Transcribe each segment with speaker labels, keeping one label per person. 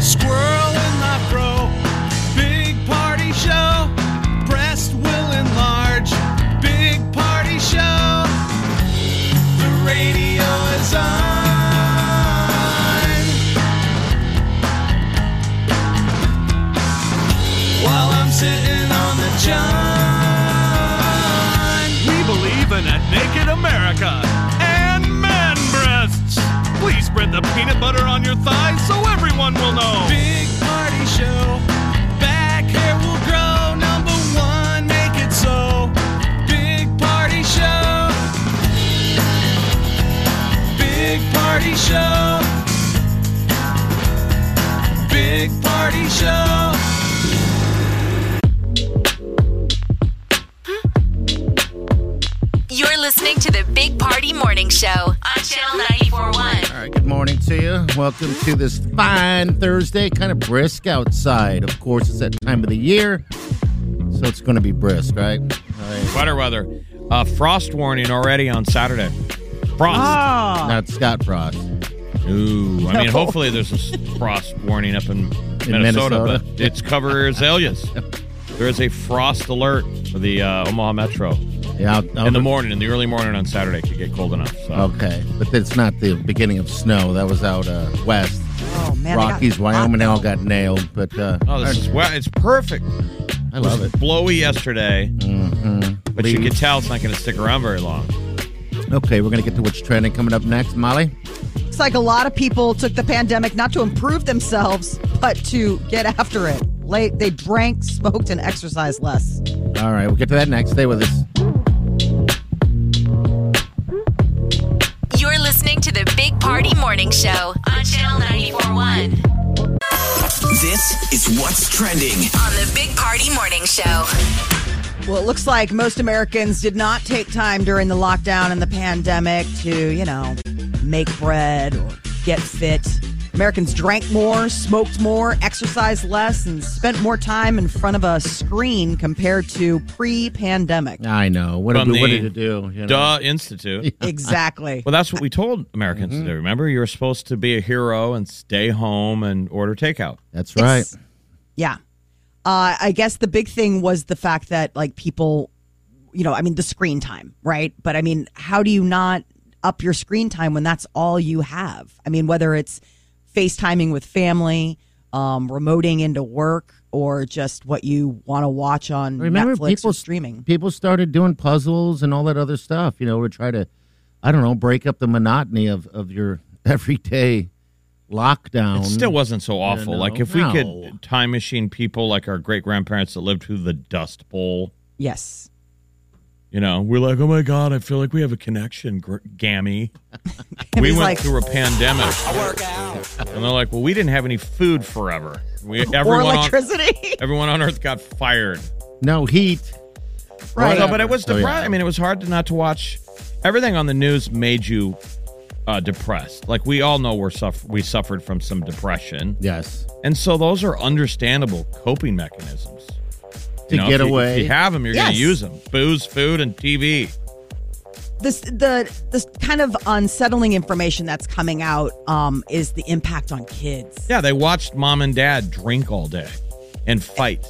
Speaker 1: Squirrel in my fro, big party show. Breast will enlarge, big party show. The radio is on. While I'm sitting on the john.
Speaker 2: We believe in a naked America and man breasts. Please spread the peanut butter on your thighs so everyone will know.
Speaker 1: Big party show. Back hair will grow. Number one, make it so. Big party show. Big party show. Big party show.
Speaker 3: You're listening to the Big Party Morning Show on Channel 941.
Speaker 4: All right, good morning to you. Welcome to this fine Thursday. Kind of brisk outside. Of course, it's that time of the year, so it's going to be brisk, right? All right.
Speaker 5: Wetter weather. Uh, frost warning already on Saturday. Frost.
Speaker 4: Ah.
Speaker 6: Ah.
Speaker 4: Not Scott Frost.
Speaker 5: Ooh. I mean, hopefully there's a s- frost warning up in Minnesota,
Speaker 4: Minnesota.
Speaker 5: but it's cover azaleas. There is a frost alert for the uh, Omaha Metro
Speaker 4: Yeah, I'll, I'll-
Speaker 5: in the morning, in the early morning on Saturday. It could get cold enough. So.
Speaker 4: Okay, but it's not the beginning of snow. That was out uh, west.
Speaker 6: Oh man, I
Speaker 4: Rockies,
Speaker 6: got-
Speaker 4: Wyoming, all got nailed. But uh,
Speaker 5: Oh, this is well, it's perfect.
Speaker 4: I love it. Mm-hmm.
Speaker 5: Blowy yesterday, but you
Speaker 4: Leaves.
Speaker 5: can tell it's not going to stick around very long.
Speaker 4: Okay, we're gonna get to what's trending coming up next, Molly.
Speaker 6: It's like a lot of people took the pandemic not to improve themselves, but to get after it. Like they drank, smoked, and exercised less.
Speaker 4: All right, we'll get to that next. Stay with us.
Speaker 3: You're listening to the Big Party Morning Show on Channel 941.
Speaker 7: This is what's trending.
Speaker 3: On the Big Party Morning Show.
Speaker 6: Well, it looks like most Americans did not take time during the lockdown and the pandemic to, you know, make bread or get fit. Americans drank more, smoked more, exercised less, and spent more time in front of a screen compared to pre pandemic.
Speaker 4: I know. What, did
Speaker 5: From
Speaker 4: we, what
Speaker 5: the
Speaker 4: did it do? You know?
Speaker 5: Duh Institute.
Speaker 6: Exactly.
Speaker 5: Well, that's what we told Americans
Speaker 4: Mm-hmm.
Speaker 5: today. Remember, you were supposed to be a hero and stay home and order takeout.
Speaker 4: That's right.
Speaker 6: It's- Yeah. Uh, I guess the big thing was the fact that like people, you know, I mean the screen time, right? But I mean, how do you not up your screen time when that's all you have? I mean, whether it's FaceTiming with family, um, remoting into work, or just what you want to watch on
Speaker 4: Remember,
Speaker 6: Netflix
Speaker 4: people
Speaker 6: or streaming.
Speaker 4: People started doing puzzles and all that other stuff. You know, to try to, I don't know, break up the monotony of of your everyday lockdown.
Speaker 5: It still wasn't so awful.
Speaker 4: no,
Speaker 5: like if we
Speaker 4: no.
Speaker 5: could time machine people like our great grandparents that lived through the Dust Bowl,
Speaker 6: Yes.
Speaker 5: you know, we're like, oh my god, I feel like we have a connection, gr- Gammy. we
Speaker 6: Gammy's
Speaker 5: went
Speaker 6: like-
Speaker 5: through a pandemic, and they're like, well, we didn't have any food forever. We everyone
Speaker 6: or
Speaker 5: on,
Speaker 6: electricity.
Speaker 5: everyone on Earth got fired.
Speaker 4: no heat.
Speaker 6: right.
Speaker 5: No, but it was
Speaker 4: Oh, yeah.
Speaker 5: depressing. I mean, it was hard to not to watch. Everything on the news made you uh, depressed. Like we all know, we're suff- we suffered from some depression,
Speaker 4: Yes.
Speaker 5: and so those are understandable coping mechanisms.
Speaker 4: To
Speaker 5: if
Speaker 4: get
Speaker 5: you-
Speaker 4: away.
Speaker 5: if you have them, you're going
Speaker 6: Yes.
Speaker 5: to use them. Booze, food, and TV.
Speaker 6: this the this kind of unsettling information that's coming out um, is the impact on kids.
Speaker 5: Yeah, they watched mom and dad drink all day and fight.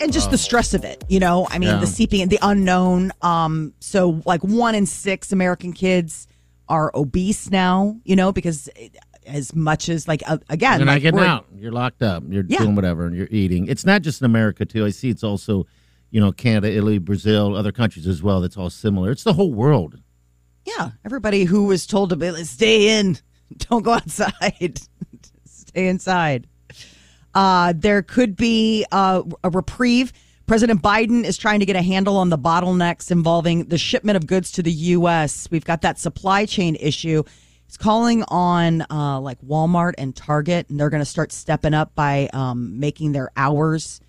Speaker 6: and just the stress of it you know i mean
Speaker 4: Oh. Yeah.
Speaker 6: the seeping the unknown um so like one in six american kids are obese now you know because it, as much as like uh, again
Speaker 4: You're not
Speaker 6: like,
Speaker 4: getting
Speaker 6: we're-
Speaker 4: out. You're locked up. You're
Speaker 6: Yeah.
Speaker 4: doing whatever. And you're eating. It's not just in America too. I see it's also, you know, Canada, Italy, Brazil, other countries as well. That's all similar. It's the whole world.
Speaker 6: yeah everybody who was told to be like, stay in don't go outside stay inside uh there could be uh, a reprieve President Biden is trying to get a handle on the bottlenecks involving the shipment of goods to the U.S. We've got that supply chain issue. He's calling on uh, like Walmart and Target, and they're going to start stepping up by um, making their hours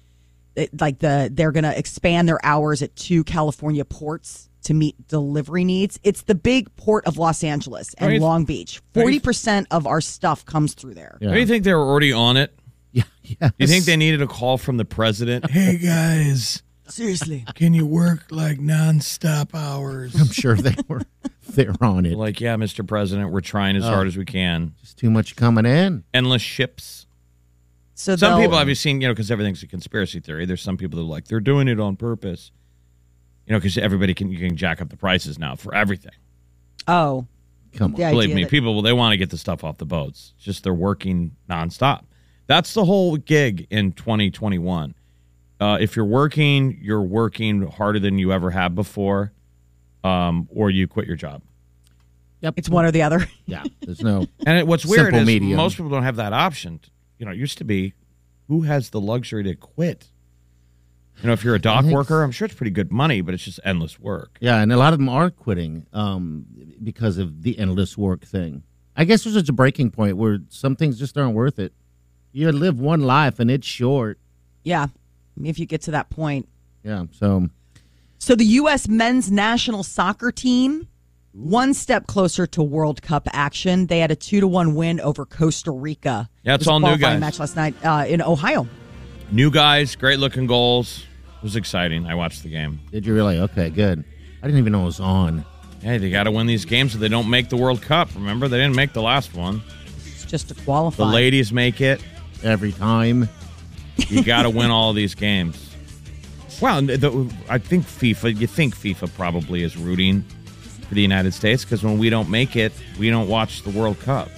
Speaker 6: it- like the they're going to expand their hours at two California ports to meet delivery needs. It's the big port of Los Angeles and
Speaker 5: Don't you-
Speaker 6: Long Beach.
Speaker 5: don't
Speaker 6: Forty
Speaker 5: you-
Speaker 6: percent of our stuff comes through there.
Speaker 4: Yeah.
Speaker 5: Do you think they were already on it?
Speaker 4: Yeah, yeah.
Speaker 5: Do you think they needed a call from the president? hey guys,
Speaker 6: Seriously,
Speaker 5: can you work like nonstop hours?
Speaker 4: I'm sure they were. They're on it.
Speaker 5: Like, yeah, Mr. President, we're trying as hard as we can.
Speaker 4: It's too much coming in.
Speaker 5: Endless ships.
Speaker 6: so
Speaker 5: Some
Speaker 6: they'll-
Speaker 5: people have you seen, you know, because everything's a conspiracy theory. There's some people that are like they're doing it on purpose, you know, because everybody can you can jack up the prices now for everything.
Speaker 6: Oh,
Speaker 4: Come on.
Speaker 6: the
Speaker 5: Believe
Speaker 6: idea
Speaker 5: me,
Speaker 6: that-
Speaker 5: people well, they want to get the stuff off the boats. It's just they're working nonstop. That's the whole gig in 2021. Uh, if you're working, you're working harder than you ever have before, um, or you quit your job.
Speaker 4: Yep.
Speaker 6: it's one or the other.
Speaker 4: Yeah. There's no.
Speaker 5: And it, what's weird
Speaker 4: Simple
Speaker 5: is
Speaker 4: medium.
Speaker 5: most people don't have that option. You know, it used to be who has the luxury to quit? You know, if you're a dock
Speaker 4: think-
Speaker 5: worker, I'm sure it's pretty good money, but it's just endless work.
Speaker 4: Yeah, and a lot of them are quitting um, because of the endless work thing. I guess there's just a breaking point where some things just aren't worth it. You live one life and it's short.
Speaker 6: yeah, if you get to that point.
Speaker 4: Yeah. So
Speaker 6: So the U.S. men's national soccer team, one step closer to World Cup action. They had a two to one win over Costa Rica.
Speaker 5: Yeah, it's
Speaker 6: It was a
Speaker 5: all new
Speaker 6: qualifying
Speaker 5: guys.
Speaker 6: Match last night uh, in Ohio.
Speaker 5: New guys, great looking goals. It was exciting. I watched the game.
Speaker 4: did you really? Okay, good. I didn't even know it was on.
Speaker 5: Hey, they got to win these games so they don't make the World Cup. Remember, they didn't make the last one.
Speaker 6: It's just to
Speaker 5: The
Speaker 6: qualify.
Speaker 5: ladies make it.
Speaker 4: Every time.
Speaker 5: You got to win all these games. Well, and the, I think FIFA, you think FIFA probably is rooting for the United States because when we don't make it, we don't watch the World Cup.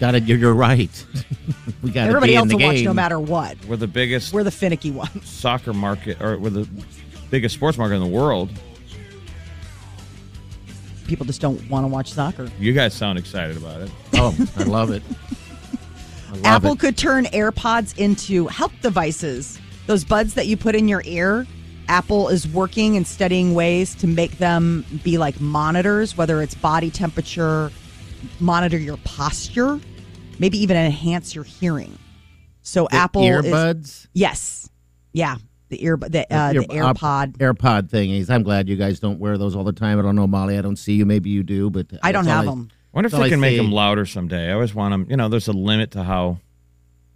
Speaker 4: Got it. You're, you're right. we got
Speaker 6: Everybody
Speaker 4: be
Speaker 6: else
Speaker 4: in the
Speaker 6: will watch
Speaker 4: game.
Speaker 6: no matter what.
Speaker 5: We're the biggest
Speaker 6: We're the finicky ones.
Speaker 5: soccer market, or we're the biggest sports market in the world.
Speaker 6: People just don't want to watch soccer.
Speaker 5: You guys sound excited about it.
Speaker 4: Oh, I love it. I love
Speaker 6: Apple
Speaker 4: it.
Speaker 6: could turn AirPods into health devices. Those buds that you put in your ear, Apple is working and studying ways to make them be like monitors, whether it's body temperature, monitor your posture, maybe even enhance your hearing. So
Speaker 4: The
Speaker 6: Apple is
Speaker 4: earbuds.
Speaker 6: yes, yeah, the earbud, the, uh,
Speaker 4: Ear-
Speaker 6: the AirPod.
Speaker 4: op- AirPod thingies. I'm glad you guys don't wear those all the time. I don't know, Molly. I don't see you. Maybe you do, but
Speaker 6: I don't
Speaker 4: that's all
Speaker 6: have them.
Speaker 5: I wonder if
Speaker 4: That's all
Speaker 5: they
Speaker 4: I
Speaker 5: can make
Speaker 4: see.
Speaker 5: them louder someday. I always want them. You know, there's a limit to how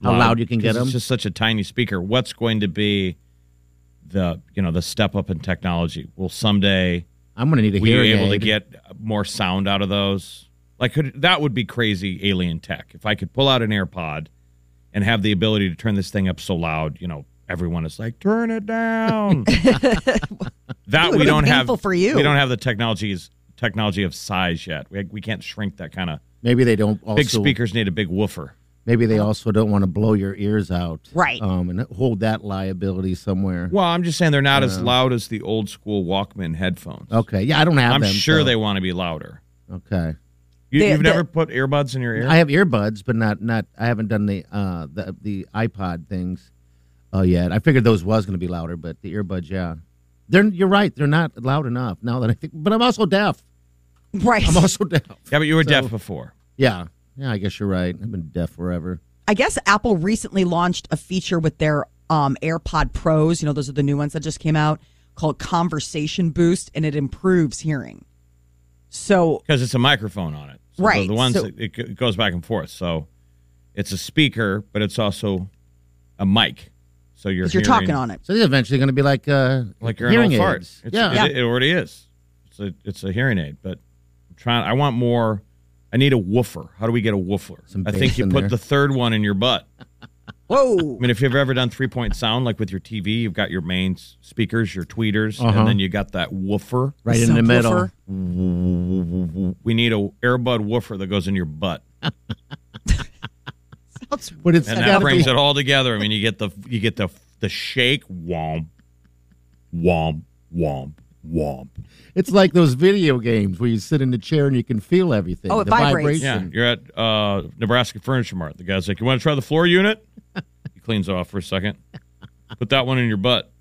Speaker 4: How loud you can get
Speaker 5: 'cause
Speaker 4: them?
Speaker 5: It's just such a tiny speaker. What's going to be the you know the step up in technology? Will someday
Speaker 4: I'm gonna need a
Speaker 5: we
Speaker 4: hearing
Speaker 5: able to
Speaker 4: aid.
Speaker 5: get more sound out of those? Like could, that would be crazy alien tech. If I could pull out an AirPod and have the ability to turn this thing up so loud, you know, everyone is like, turn it down. that
Speaker 6: would've
Speaker 5: we
Speaker 6: been
Speaker 5: don't have
Speaker 6: painful for you.
Speaker 5: We don't have the technologies technology of size yet. We, we can't shrink that kind of.
Speaker 4: Maybe they don't. Also,
Speaker 5: Big speakers need a big woofer.
Speaker 4: Maybe they also don't want to blow your ears out,
Speaker 6: Right.
Speaker 4: Um, and hold that liability somewhere.
Speaker 5: Well, I'm just saying they're not as loud as the old school Walkman headphones.
Speaker 4: Okay, yeah, I don't have
Speaker 5: I'm
Speaker 4: them.
Speaker 5: sure
Speaker 4: so-
Speaker 5: they want to be louder.
Speaker 4: Okay,
Speaker 5: You,
Speaker 6: They- they-
Speaker 5: you've never put earbuds in your ear?
Speaker 4: I have earbuds, but not not. I haven't done the uh the the iPod things, uh, yet. I figured those was gonna be louder, but the earbuds, yeah. They're, you're right. They're not loud enough now that I think. But I'm also deaf.
Speaker 6: Right.
Speaker 4: I'm also deaf.
Speaker 5: yeah, but you were
Speaker 4: So-
Speaker 5: deaf before.
Speaker 4: Yeah. Yeah, I guess you're right. I've been deaf forever.
Speaker 6: I guess Apple recently launched a feature with their um, AirPod Pros. You know, those are the new ones that just came out called Conversation Boost, and it improves hearing. So,
Speaker 5: because it's a microphone on it. So
Speaker 6: Right,
Speaker 5: The, the ones
Speaker 6: so-
Speaker 5: that- it, go- it goes back and forth. So it's a speaker, but it's also a mic. So you're
Speaker 6: 'cause you're
Speaker 5: hearing-
Speaker 6: talking on it.
Speaker 4: So they're eventually going to be like uh,
Speaker 5: like you're
Speaker 4: hearing
Speaker 5: an old fart.
Speaker 4: aids.
Speaker 5: It's-
Speaker 4: Yeah.
Speaker 5: It, it already is. It's a it's a hearing aid, but I'm trying. I want more. I need a woofer. How do we get a woofer?
Speaker 4: Some
Speaker 5: I
Speaker 4: bass
Speaker 5: think you
Speaker 4: in
Speaker 5: put
Speaker 4: there.
Speaker 5: the third one in your butt.
Speaker 6: Whoa.
Speaker 5: I mean, if you've ever done three point sound, like with your TV, you've got your main s- speakers, your tweeters,
Speaker 4: Uh-huh.
Speaker 5: and then you got that woofer.
Speaker 4: right in the middle.
Speaker 6: Subwoofer.
Speaker 5: We need a earbud woofer that goes in your butt.
Speaker 4: But it's
Speaker 5: and that
Speaker 4: got to be
Speaker 5: brings it all together. I mean, you get the you get the the shake, womp, womp, womp, womp.
Speaker 4: it's like those video games where you sit in the chair and you can feel everything.
Speaker 6: Oh, it
Speaker 4: the
Speaker 6: vibrates.
Speaker 5: Yeah,
Speaker 4: vibration.
Speaker 5: you're at uh, Nebraska Furniture Mart. The guy's like, "You want to try the floor unit?" He cleans it off for a second. Put that one in your butt.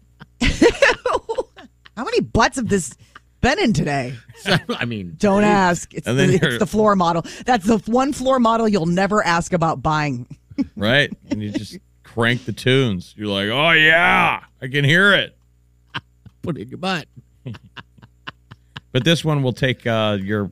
Speaker 6: How many butts of this been in today?
Speaker 4: So, I mean,
Speaker 6: Don't ask. It's
Speaker 5: And then
Speaker 6: the, it's
Speaker 5: you're-
Speaker 6: the floor model. That's the one floor model you'll never ask about buying.
Speaker 5: right? And you just crank the tunes. You're like, oh yeah, I can hear it.
Speaker 4: put it in your butt.
Speaker 5: But this one will take uh, your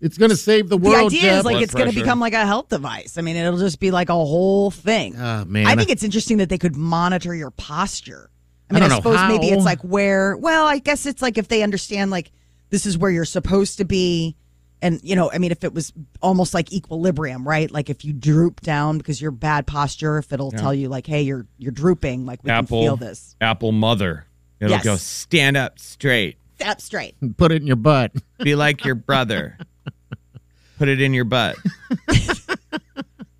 Speaker 4: It's going to save the
Speaker 6: The
Speaker 4: world.
Speaker 6: idea is
Speaker 4: Jeff.
Speaker 6: like
Speaker 5: blood
Speaker 6: it's going to
Speaker 5: pressure.
Speaker 6: become like a health device. I mean, it'll just be like a whole thing.
Speaker 4: oh, man.
Speaker 6: I think it's interesting that they could monitor your posture. I
Speaker 4: I
Speaker 6: mean, I,
Speaker 4: don't know
Speaker 6: suppose maybe
Speaker 4: how.
Speaker 6: it's like where, well, I guess it's like if they understand, like, this is where you're supposed to be. And, you know, I mean, if it was almost like equilibrium, right? Like if you droop down because you're bad posture, if it'll tell you, like, hey, you're you're drooping, like we
Speaker 5: Apple
Speaker 6: can feel this.
Speaker 5: Apple mother. It'll
Speaker 6: Yes.
Speaker 5: go stand up straight.
Speaker 6: Step straight.
Speaker 4: put it in your butt.
Speaker 5: Be like your brother. Put it in your butt.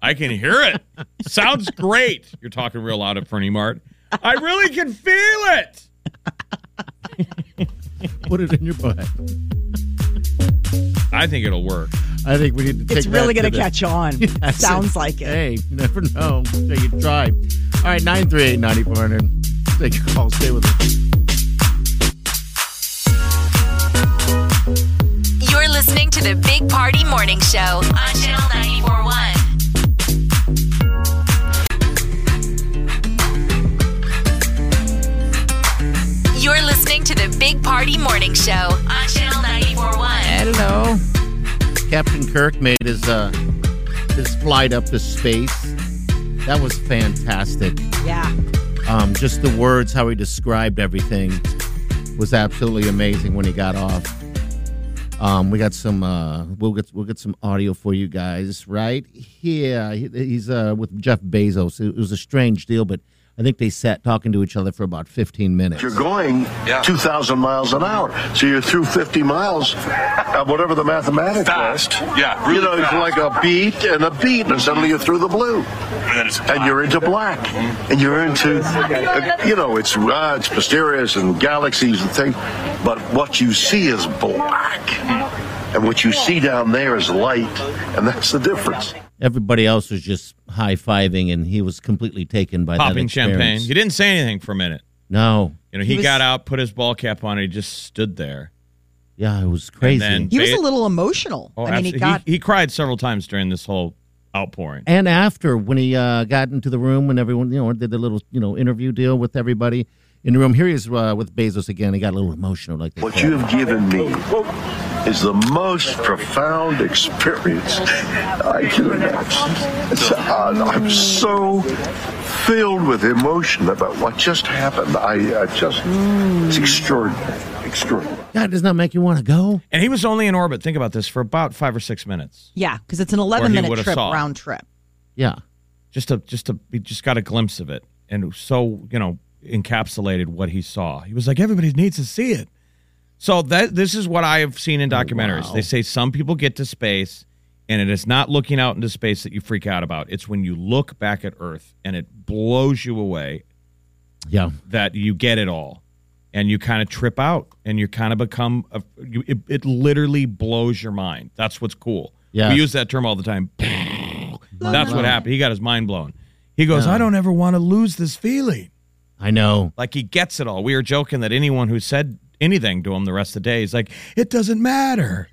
Speaker 5: I can hear it. Sounds great. You're talking real loud at Fernie Mart. I really can feel it.
Speaker 4: put it in your butt.
Speaker 5: I think it'll work.
Speaker 4: I think we need to take
Speaker 6: It's really
Speaker 4: that
Speaker 6: going to
Speaker 4: the-
Speaker 6: catch on. Sounds like it.
Speaker 4: Hey, you never know until you try. All right, 938 9400. Take your call. Stay with us.
Speaker 3: You're listening to the Big Party Morning Show on Channel 941. You're listening to the Big Party Morning Show on Channel 941.
Speaker 4: Hello. Captain Kirk made his uh his flight up to space. That was fantastic.
Speaker 6: Yeah.
Speaker 4: Um, just the words, how he described everything, was absolutely amazing when he got off. Um, we got some. Uh, we'll get we'll get some audio for you guys right here. He- He's uh, with Jeff Bezos. It was a strange deal, but I think they sat talking to each other for about fifteen minutes.
Speaker 8: You're going 2,000 miles an hour. So you're through 50 miles, uh, whatever the mathematics
Speaker 9: Fast.
Speaker 8: was.
Speaker 9: Yeah,
Speaker 8: you
Speaker 9: really
Speaker 8: know,
Speaker 9: fast.
Speaker 8: it's like a beat and a beat, and suddenly you're through the blue.
Speaker 9: And then it's
Speaker 8: And you're into black. And you're into, uh, you know, it's, uh, it's mysterious and galaxies and things. But what you see is black. And what you see down there is light. And that's the difference.
Speaker 4: Everybody else was just high fiving, and he was completely taken by that
Speaker 5: Popping
Speaker 4: experience.
Speaker 5: champagne. He didn't say anything for a minute.
Speaker 4: No,
Speaker 5: You know, he,
Speaker 6: He was-
Speaker 5: got out, put his ball cap on, and he just stood there.
Speaker 4: yeah, it was crazy.
Speaker 5: then-
Speaker 6: He was a
Speaker 5: Ba-
Speaker 6: little emotional.
Speaker 5: Oh,
Speaker 6: I mean, he
Speaker 5: absolutely.
Speaker 6: got.
Speaker 5: he, cried several times during this whole outpouring.
Speaker 4: And after, when he uh, got into the room, when everyone, you know, did the little, you know, interview deal with everybody in the room, here he is uh, with Bezos again. He got a little emotional, like they
Speaker 8: What
Speaker 4: said.
Speaker 8: you have given me is the most profound experience I can imagine. It's- uh, I'm so filled with emotion about what just happened. I, I just, it's extraordinary. Extraordinary.
Speaker 4: God does not make you want to go.
Speaker 5: And he was only in orbit, think about this, for about five or six minutes.
Speaker 6: Yeah, because it's an 11 minute
Speaker 5: would've
Speaker 6: trip,
Speaker 5: saw.
Speaker 6: round trip.
Speaker 4: Yeah,
Speaker 5: Just to just to he just got a glimpse of it. And so, you know, encapsulated what he saw. He was like, everybody needs to see it. So that this is what I have seen in documentaries.
Speaker 4: wow.
Speaker 5: They say some people get to space and it is not looking out into space that you freak out about. It's when you look back at Earth and it blows you away
Speaker 4: yeah.
Speaker 5: that you get it all and you kind of trip out and you kind of become a, you, it, it literally blows your mind that's what's cool
Speaker 4: Yeah.
Speaker 5: we use that term all the time that's what happened he got his mind blown he goes i don't ever want to lose this feeling
Speaker 4: I know.
Speaker 5: like he gets it all we were joking that anyone who said anything to him the rest of the day is like it doesn't matter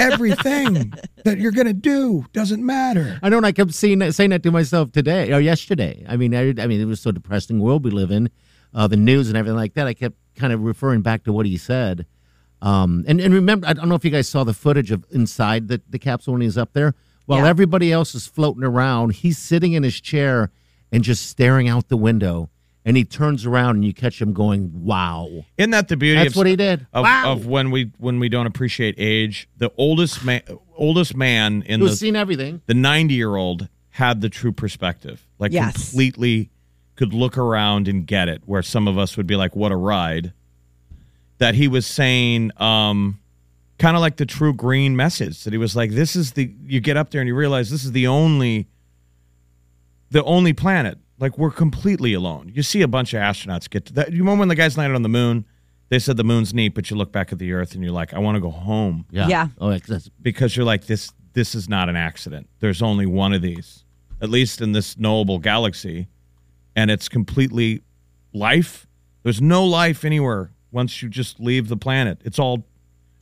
Speaker 5: everything that you're gonna do doesn't matter
Speaker 4: I know, and I kept seeing that, saying that to myself today or yesterday. I mean, I, I mean, it was so depressing world we live in, uh, the news and everything like that. I kept kind of referring back to what he said. Um, and and remember, I don't know if you guys saw the footage of inside the the capsule when he's up there. While
Speaker 6: Yeah.
Speaker 4: everybody else is floating around, he's sitting in his chair and just staring out the window. And he turns around and you catch him going, "Wow!"
Speaker 5: isn't that the beauty
Speaker 4: That's
Speaker 5: of
Speaker 4: what he did.
Speaker 5: of,
Speaker 4: wow!
Speaker 5: of when we when we don't appreciate age. The oldest man, oldest man in
Speaker 4: Who's
Speaker 5: the
Speaker 4: seen everything?
Speaker 5: the ninety year old had the true perspective, like
Speaker 6: Yes.
Speaker 5: completely could look around and get it. Where some of us would be like, "What a ride!" That he was saying, um, kind of like the true green message. That he was like, "This is the you get up there and you realize this is the only." the only planet. Like we're completely alone. You see a bunch of astronauts get to that. You remember when the guys landed on the moon? They said the moon's neat, but you look back at the Earth and you're like, I want to go home
Speaker 6: Yeah.
Speaker 4: Oh, it's- that's
Speaker 5: because you're like this. This is not an accident. There's only one of these, at least in this knowable galaxy, and it's completely life. There's no life anywhere once you just leave the planet. It's all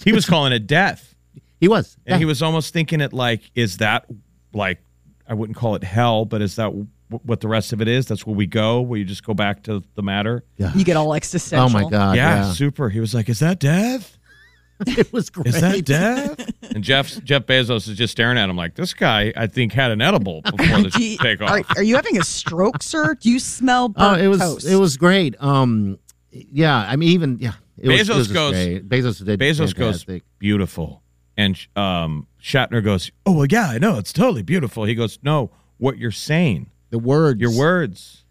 Speaker 5: he was calling it death.
Speaker 4: He was.
Speaker 5: And he was almost thinking it like, is that like, I wouldn't call it hell, but is that w- what the rest of it is? That's where we go, where you just go back to the matter?
Speaker 4: Yeah.
Speaker 6: You get all existential.
Speaker 4: Oh my god.
Speaker 5: yeah,
Speaker 4: Yeah.
Speaker 5: super. He was like, is that death?
Speaker 4: it was great.
Speaker 5: Is that death? and Jeff Jeff Bezos is just staring at him like, this guy, I think, had an edible before
Speaker 6: Do
Speaker 5: the
Speaker 6: you-
Speaker 5: takeoff.
Speaker 6: Are, are you having a stroke, sir? Do you smell
Speaker 4: Oh,
Speaker 6: burnt
Speaker 4: it was
Speaker 6: toast?
Speaker 4: it was great. Um, yeah, I mean, even yeah, it was, it
Speaker 5: Bezos
Speaker 4: was just
Speaker 5: goes-
Speaker 4: Great. Bezos did.
Speaker 5: Bezos goes
Speaker 4: fantastic.
Speaker 5: beautiful, and um, Shatner goes, "Oh well, yeah, I know it's totally beautiful." He goes, "No, what you're saying,
Speaker 4: the word.
Speaker 5: your words,"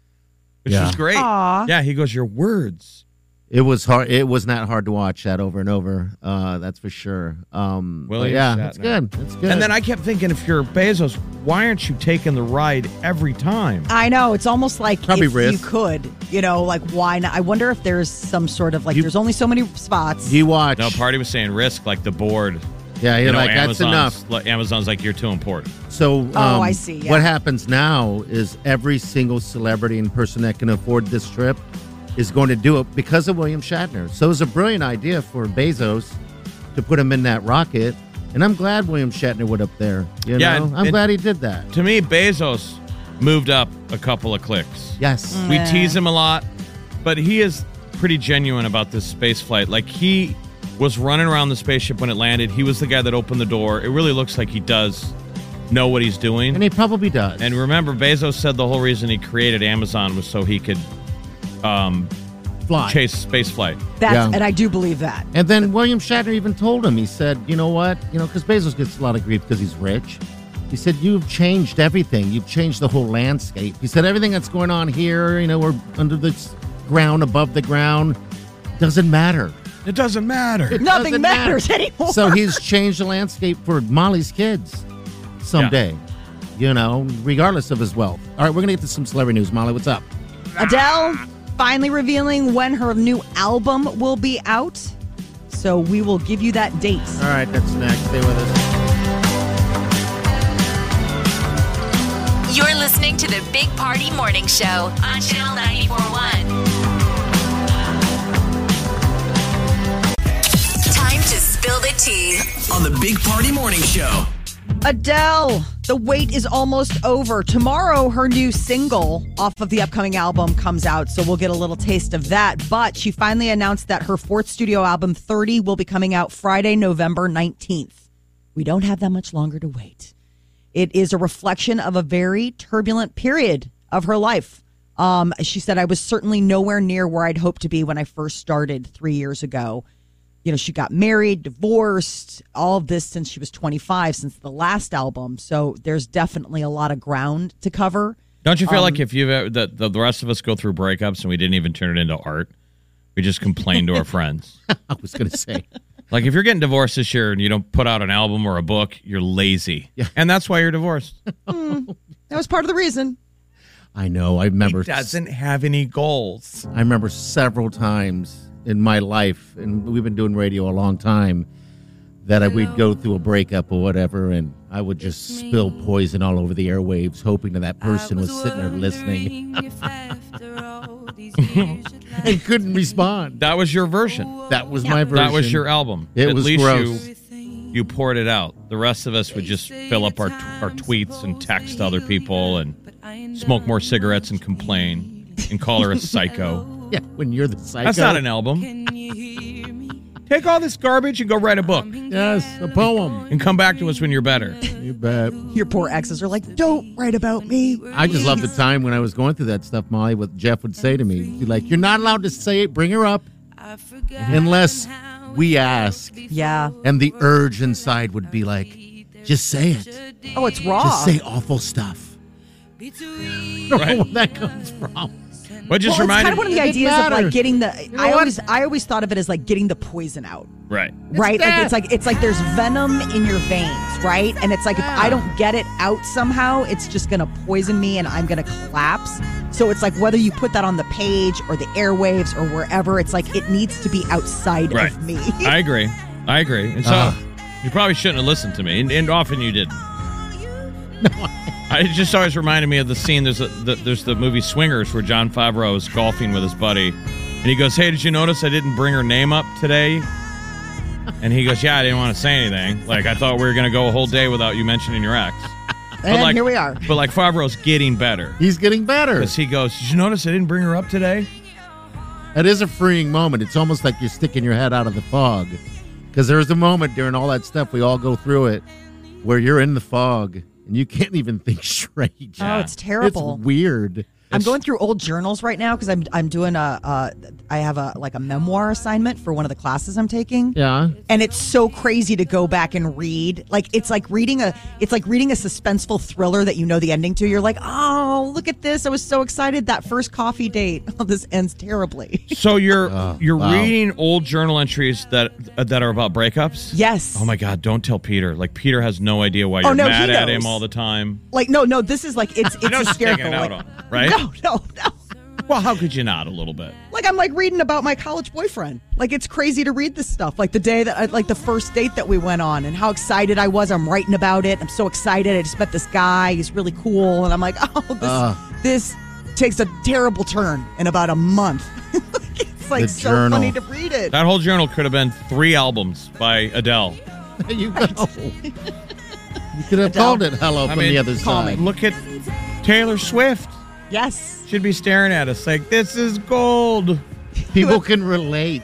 Speaker 5: which
Speaker 4: Yeah.
Speaker 5: was great.
Speaker 6: Aw.
Speaker 5: Yeah, he goes, "Your words."
Speaker 4: It was hard. It was not hard to watch that over and over. Uh, that's for sure. Um, but
Speaker 5: William
Speaker 4: yeah, that's
Speaker 5: Shatner.
Speaker 4: good. That's good.
Speaker 5: And then I kept thinking, if you're Bezos, why aren't you taking the ride every time?
Speaker 6: I know. It's almost like
Speaker 4: Probably
Speaker 6: if
Speaker 4: risk.
Speaker 6: you could, you know, like why not? I wonder if there's some sort of like,
Speaker 4: You-
Speaker 6: there's only so many spots.
Speaker 4: you watch.
Speaker 5: No, Party was saying risk, like the board.
Speaker 4: yeah, you're
Speaker 5: you know,
Speaker 4: like that's
Speaker 5: Amazon's-
Speaker 4: enough.
Speaker 5: like, Amazon's like you're too important.
Speaker 4: So um,
Speaker 6: Oh, I see, yeah.
Speaker 4: What happens now is every single celebrity and person that can afford this trip is going to do it because of William Shatner. So it was a brilliant idea for Bezos to put him in that rocket. And I'm glad William Shatner went up there. You
Speaker 5: Yeah,
Speaker 4: know,
Speaker 5: and-
Speaker 4: I'm
Speaker 5: and-
Speaker 4: glad he did that.
Speaker 5: To me, Bezos moved up a couple of clicks.
Speaker 4: Yes.
Speaker 6: Mm.
Speaker 5: We tease him a lot, but he is pretty genuine about this space flight. Like he was running around the spaceship when it landed. He was the guy that opened the door. It really looks like he does know what he's doing.
Speaker 4: And he probably does.
Speaker 5: And remember, Bezos said the whole reason he created Amazon was so he could um,
Speaker 4: fly.
Speaker 5: chase space flight.
Speaker 6: That's,
Speaker 4: Yeah.
Speaker 6: And I do believe that.
Speaker 4: And then William Shatner even told him, he said, you know what? You know, because Bezos gets a lot of grief because he's rich. He said, you've changed everything. You've changed the whole landscape. He said, everything that's going on here, you know, we're under the s- ground, above the ground, doesn't matter.
Speaker 5: It doesn't matter.
Speaker 6: Nothing
Speaker 4: Doesn't matter.
Speaker 6: matters anymore.
Speaker 4: So he's changed the landscape for Molly's kids someday, you know, regardless of his wealth. All right, we're going to get to some celebrity news. Molly, what's up?
Speaker 6: Adele finally revealing when her new album will be out. So we will give you that date.
Speaker 4: All right, that's next. Stay with us.
Speaker 3: You're listening to the Big Party Morning Show on Channel 941. Time to spill the tea.
Speaker 7: on the Big Party Morning Show.
Speaker 6: Adele, the wait is almost over. Tomorrow, her new single off of the upcoming album comes out, so we'll get a little taste of that. But she finally announced that her fourth studio album, 30, will be coming out Friday, November 19th. We don't have that much longer to wait. It is a reflection of a very turbulent period of her life. Um, she said, I was certainly nowhere near where I'd hoped to be when I first started three years ago. You know, she got married, divorced, all of this since she was 25, since the last album. So there's definitely a lot of ground to cover.
Speaker 5: Don't you feel like if you've ever, the, the, the rest of us go through breakups and we didn't even turn it into art, we just complain to our friends.
Speaker 4: I was going to say.
Speaker 5: Like if you're getting divorced this year and you don't put out an album or a book, you're lazy. And that's why you're divorced.
Speaker 6: That was part of the reason.
Speaker 4: I know. I remember.
Speaker 5: have any goals.
Speaker 4: I remember several times in my life, and we've been doing radio a long time, that I, we'd go through a breakup or whatever, and I would just spill poison all over the airwaves, hoping that that person was sitting there listening and couldn't respond.
Speaker 5: That was your version.
Speaker 4: That was my version.
Speaker 5: That was your album.
Speaker 4: It
Speaker 5: At
Speaker 4: was
Speaker 5: least
Speaker 4: gross.
Speaker 5: you you poured it out. The rest of us would just fill up our our tweets and text other people and smoke more cigarettes and complain and call her a psycho.
Speaker 4: yeah, when you're the psycho.
Speaker 5: That's not an album. Take all this garbage and go write a book
Speaker 4: Yes, a poem.
Speaker 5: and come back to us when you're better.
Speaker 4: You bet.
Speaker 6: Your poor exes are like, don't write about me.
Speaker 4: I just love the time when I was going through that stuff, Molly, what Jeff would say to me. He'd be like, You're not allowed to say it, bring her up unless we ask.
Speaker 6: Yeah.
Speaker 4: And the urge inside would be like, Just say it.
Speaker 6: Oh, it's raw.
Speaker 4: Just say awful stuff. I don't know where that comes from.
Speaker 5: What just
Speaker 6: well, it's kind
Speaker 5: reminded
Speaker 6: of one of
Speaker 4: It
Speaker 6: the
Speaker 4: didn't
Speaker 6: ideas of
Speaker 4: matter.
Speaker 6: like getting the.
Speaker 4: know
Speaker 6: I
Speaker 4: what?
Speaker 6: always, I always thought of it as like getting the poison out,
Speaker 5: right.
Speaker 6: right? Like
Speaker 4: death.
Speaker 6: it's like it's like there's venom in your veins, right? And it's like if I don't get it out somehow, it's just gonna poison me and I'm gonna collapse. So it's like whether you put that on the page or the airwaves or wherever, it's like it needs to be outside
Speaker 5: Right.
Speaker 6: of me.
Speaker 5: I agree. I agree. And so
Speaker 4: Uh.
Speaker 6: Uh-huh.
Speaker 5: you probably shouldn't have listened to me, and, and often you did. I it just always reminded me of the scene. There's a, the, there's the movie Swingers where John Favreau is golfing with his buddy, And he goes, Hey, did you notice I didn't bring her name up today? And he goes, Yeah, I didn't want to say anything. Like, I thought we were going to go a whole day without you mentioning your ex.
Speaker 6: And here we are.
Speaker 5: But like, Favreau's getting better.
Speaker 4: He's getting better.
Speaker 5: Because he goes, Did you notice I didn't bring her up today?
Speaker 4: It is a freeing moment. It's almost like you're sticking your head out of the fog. Because there's a moment during all that stuff, we all go through it, where you're in the fog and you can't even think straight.
Speaker 6: Oh, it's terrible.
Speaker 4: It's weird.
Speaker 6: I'm going through old journals right now because I'm I'm doing a uh, I have a like a memoir assignment for one of the classes I'm taking.
Speaker 4: Yeah.
Speaker 6: And it's so crazy to go back and read. Like it's like reading a it's like reading a suspenseful thriller that you know the ending to. You're like, oh, look at this! I was so excited that first coffee date. Oh, this ends terribly.
Speaker 5: So you're
Speaker 6: Oh,
Speaker 5: you're
Speaker 4: wow.
Speaker 5: reading old journal entries that that are about breakups.
Speaker 6: Yes.
Speaker 5: Oh my God! Don't tell Peter. Like Peter has no idea why
Speaker 6: Oh,
Speaker 5: you're
Speaker 6: no, he
Speaker 5: mad at him
Speaker 6: knows.
Speaker 5: all the time.
Speaker 6: Like no, no. This is like it's it's
Speaker 5: You know she's taking
Speaker 6: hysterical.
Speaker 5: it out
Speaker 6: like,
Speaker 5: on, him, right?
Speaker 6: No, no, no.
Speaker 5: Well, how could you not a little bit?
Speaker 6: Like I'm like reading about my college boyfriend. Like it's crazy to read this stuff. Like the day that I like the first date that we went on and how excited I was. I'm writing about it. I'm so excited. I just met this guy. He's really cool. And I'm like, oh, this
Speaker 4: Uh.
Speaker 6: this takes a terrible turn in about a month. Like, it's like
Speaker 4: The
Speaker 6: so
Speaker 4: journal.
Speaker 6: funny to read it.
Speaker 5: That whole journal could have been three albums by Adele.
Speaker 4: you, You could have called it hello
Speaker 5: I
Speaker 4: from
Speaker 5: mean,
Speaker 4: the other
Speaker 6: call
Speaker 4: side.
Speaker 5: Look at Taylor Swift.
Speaker 6: Yes.
Speaker 5: Should be staring at us like this is gold.
Speaker 4: People can relate.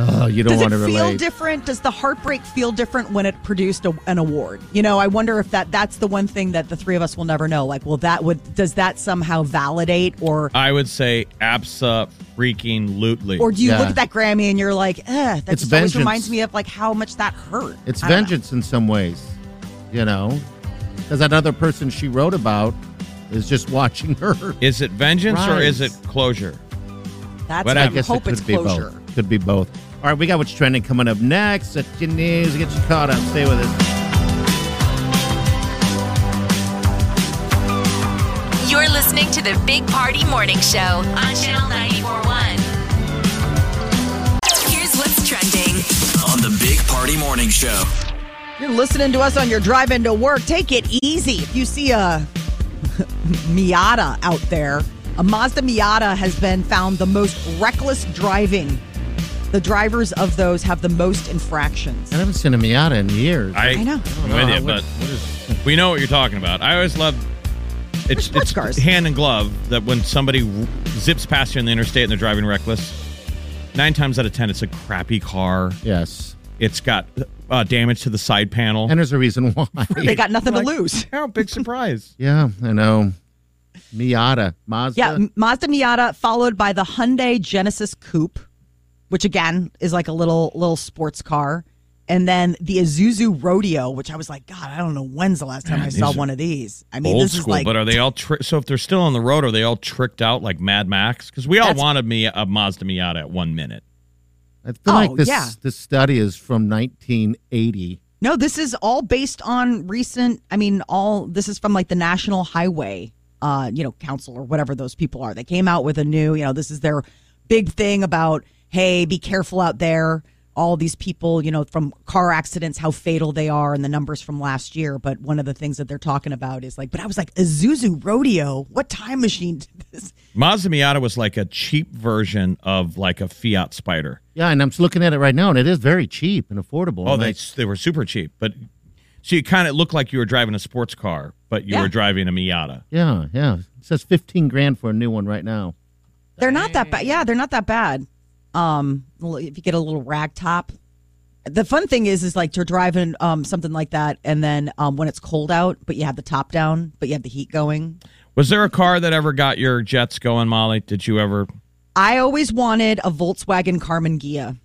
Speaker 4: Oh, you don't
Speaker 6: Does it
Speaker 4: want to
Speaker 6: feel
Speaker 4: relate.
Speaker 6: different? Does the heartbreak feel different when it produced a, an award? You know, I wonder if that that's the one thing that the three of us will never know. Like, well, that would does that somehow validate or
Speaker 5: I would say Absa freaking lootly.
Speaker 6: Or do you
Speaker 4: Yeah.
Speaker 6: look at that Grammy and you're like, eh, that
Speaker 4: It's
Speaker 6: just always
Speaker 4: vengeance.
Speaker 6: reminds me of like how much that hurt.
Speaker 4: It's
Speaker 6: I don't know.
Speaker 4: vengeance in some ways, you know, because that other person she wrote about is just watching her.
Speaker 5: is it vengeance or is it
Speaker 4: Rise.
Speaker 5: closure?
Speaker 6: That's
Speaker 5: But
Speaker 6: what
Speaker 5: I
Speaker 6: I,
Speaker 5: guess
Speaker 6: hope
Speaker 4: it
Speaker 6: it's
Speaker 4: could be
Speaker 6: closure.
Speaker 4: both. Could be both. All right, we got what's trending coming up next. At your news, get you caught up. Stay with us.
Speaker 3: You're listening to the Big Party Morning Show on Channel 941. Here's what's trending.
Speaker 7: On the Big Party Morning Show.
Speaker 6: You're listening to us on your drive into work. Take it easy. If you see a Miata out there, a Mazda Miata has been found the most reckless driving. The drivers of those have the most infractions.
Speaker 4: I haven't seen a Miata in years. Oh,
Speaker 5: I,
Speaker 6: I know.
Speaker 5: am with you, but we know what you're talking about. I always love it's,
Speaker 6: sports
Speaker 5: it's
Speaker 6: cars.
Speaker 5: hand and glove that when somebody zips past you in the interstate and they're driving reckless, nine times out of ten it's a crappy car.
Speaker 4: yes,
Speaker 5: It's got uh, damage to the side panel.
Speaker 4: and there's a reason why.
Speaker 6: They got nothing to lose.
Speaker 5: oh, big surprise.
Speaker 4: yeah, I know. Miata, Mazda.
Speaker 6: Yeah, M- Mazda Miata followed by the Hyundai Genesis Coupe, which again is like a little little sports car, and then the Isuzu Rodeo, which I was like, God, I don't know when's the last time I
Speaker 5: Man,
Speaker 6: saw
Speaker 5: these are
Speaker 6: one of these. I mean,
Speaker 5: Old
Speaker 6: this
Speaker 5: school,
Speaker 6: is like
Speaker 5: but are they all tri- so? If they're still on the road, are they all tricked out like Mad Max? Because we all
Speaker 6: That's-
Speaker 5: wanted me a Mazda Miata at one minute.
Speaker 4: I feel
Speaker 6: Oh,
Speaker 4: like this
Speaker 6: yeah.
Speaker 4: this study is from 1980.
Speaker 6: no, this is all based on recent. I mean, all this is from like the National Highway, uh, you know, Council or whatever those people are. They came out with a new, you know, this is their big thing about hey, be careful out there. All these people, you know, from car accidents, how fatal they are, and the numbers from last year. But one of the things that they're talking about is like, but I was like, Azuzu Rodeo, what time machine did this?
Speaker 5: Mazda Miata was like a cheap version of like a Fiat Spider.
Speaker 4: Yeah, and I'm just looking at it right now, and it is very cheap and affordable.
Speaker 5: Oh,
Speaker 4: I'm
Speaker 5: they
Speaker 4: like,
Speaker 5: they were super cheap, but so you kind of looked like you were driving a sports car, but you
Speaker 6: Yeah.
Speaker 5: were driving a Miata.
Speaker 4: yeah, yeah. It says 15 grand for a new one right now.
Speaker 6: They're not that bad. Yeah, they're not that bad. Um, l- if you get a little rag top. The fun thing is, is like you're driving um something like that, and then um when it's cold out, but you have the top down, but you have the heat going.
Speaker 5: Was there a car that ever got your jets going, Molly? Did you ever?
Speaker 6: I always wanted a Volkswagen Carmen Ghia.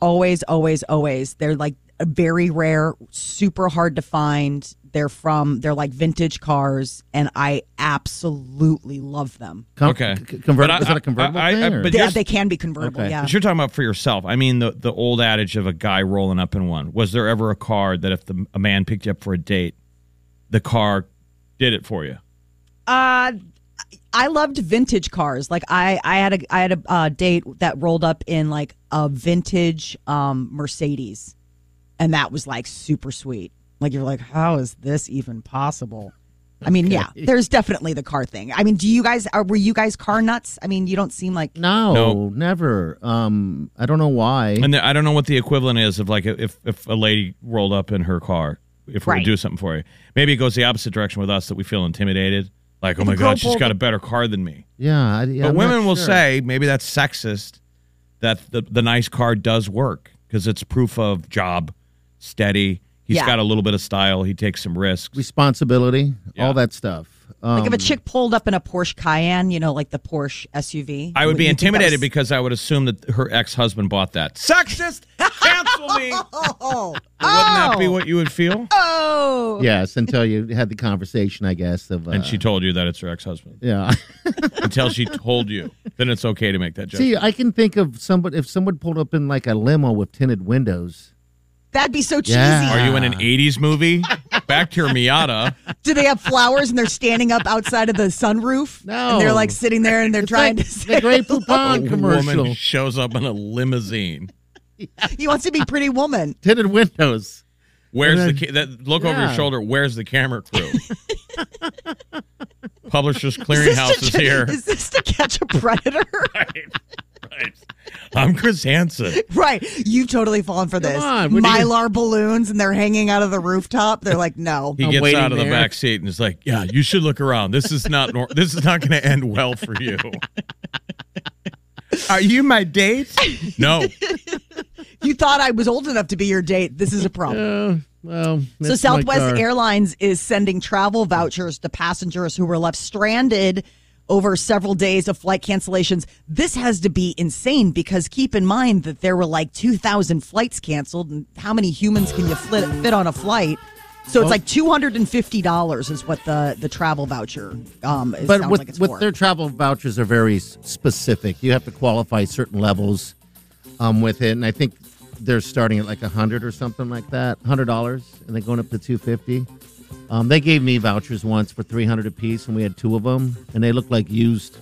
Speaker 6: Always, always, always. They're like very rare, super hard to find. They're from they're like vintage cars, and I absolutely love them.
Speaker 4: Com-
Speaker 5: Okay.
Speaker 4: c- convert-
Speaker 5: But I-
Speaker 4: is that
Speaker 5: I-
Speaker 4: a convertible
Speaker 5: I- I-
Speaker 4: thing? or-
Speaker 5: but-
Speaker 6: They,
Speaker 5: Yes.
Speaker 6: they can be convertible.
Speaker 4: Okay.
Speaker 6: Yeah.
Speaker 5: But you're talking about for yourself. I mean, the the old adage of a guy rolling up in one. Was there ever a car that if the, a man picked you up for a date, the car did it for you?
Speaker 6: Uh I loved vintage cars. Like I, I had a, I had a uh, date that rolled up in like a vintage um, Mercedes, and that was like super sweet. Like you're like, how is this even possible? I mean, yeah, there's definitely the car thing. I mean, do you guys are were you guys car nuts? I mean, you don't seem like
Speaker 4: No,
Speaker 5: No.
Speaker 4: never. Um, I don't know why.
Speaker 5: And there, I don't know what the equivalent is of like if if a lady rolled up in her car, if we
Speaker 6: Right.
Speaker 5: do something for you. Maybe it goes the opposite direction with us that we feel intimidated. Like, oh my
Speaker 6: girl
Speaker 5: God, she's
Speaker 6: pulled
Speaker 5: got
Speaker 6: up-
Speaker 5: a better car than me.
Speaker 4: yeah, I, yeah,
Speaker 5: but
Speaker 4: I'm
Speaker 5: women
Speaker 4: not
Speaker 5: will
Speaker 4: sure.
Speaker 5: say maybe that's sexist that the, the nice car does work because it's proof of job, steady. He's
Speaker 6: Yeah.
Speaker 5: got a little bit of style. He takes some risks.
Speaker 4: responsibility,
Speaker 5: Yeah.
Speaker 4: all that stuff. Um,
Speaker 6: like if a chick pulled up in a Porsche Cayenne, you know, like the Porsche SUV.
Speaker 5: I would be
Speaker 6: you think that
Speaker 5: intimidated
Speaker 6: was-
Speaker 5: because I would assume that her ex husband bought that. Sexist! Cancel me! Wouldn't
Speaker 6: Oh,
Speaker 5: that be what you would feel?
Speaker 6: oh,
Speaker 4: yes, until you had the conversation, I guess. Of uh,
Speaker 5: And she told you that it's her ex husband.
Speaker 4: yeah.
Speaker 5: Until she told you, then it's okay to make that joke.
Speaker 4: See, I can think of somebody if someone pulled up in like a limo with tinted windows.
Speaker 6: that'd be so cheesy.
Speaker 4: Yeah.
Speaker 5: Are you in an 80s movie? Back to your Miata.
Speaker 6: Do they have flowers and they're standing up outside of the sunroof?
Speaker 4: No.
Speaker 6: and they're like sitting there and they're
Speaker 4: It's
Speaker 6: trying
Speaker 4: like
Speaker 6: to
Speaker 4: the
Speaker 6: say
Speaker 4: Great Poupon
Speaker 5: A
Speaker 4: commercial.
Speaker 5: woman shows up in a limousine.
Speaker 6: he wants to be pretty woman.
Speaker 4: Tinted windows.
Speaker 5: Where's
Speaker 4: And
Speaker 5: the ca- that, look over your
Speaker 4: yeah.
Speaker 5: shoulder? Where's the camera crew? Publishers
Speaker 6: Is
Speaker 5: Clearinghouse
Speaker 6: this,
Speaker 5: is
Speaker 6: to,
Speaker 5: here.
Speaker 6: is this to catch a predator?
Speaker 5: Right. I'm Chris Hansen.
Speaker 6: right. You've totally fallen for this.
Speaker 4: on, what do you-
Speaker 6: Mylar balloons and they're hanging out of the rooftop. They're like, no.
Speaker 5: He
Speaker 4: I'm
Speaker 5: gets
Speaker 4: waiting
Speaker 5: out of the
Speaker 4: there.
Speaker 5: back seat and is like, "Yeah, you should look around. This is not nor- this is not going to end well for you." Are you my date? No.
Speaker 6: You thought I was old enough to be your date. This is a problem.
Speaker 4: Uh, well,
Speaker 6: So
Speaker 4: that's my
Speaker 6: Southwest
Speaker 4: car.
Speaker 6: Airlines is sending travel vouchers to passengers who were left stranded over several days of flight cancellations. This has to be insane because keep in mind that there were like 2,000 flights canceled and how many humans can you flit, fit on a flight? So it's like $250 is what the, the travel voucher um it
Speaker 4: But
Speaker 6: sounds
Speaker 4: with,
Speaker 6: like it's
Speaker 4: with
Speaker 6: for.
Speaker 4: their travel vouchers are very s- specific. You have to qualify certain levels um, with it, and I think they're starting at like a hundred or something like that, hundred dollars, and then going up to two fifty. Um, they gave me vouchers once for three hundred apiece, and we had two of them, and they looked like used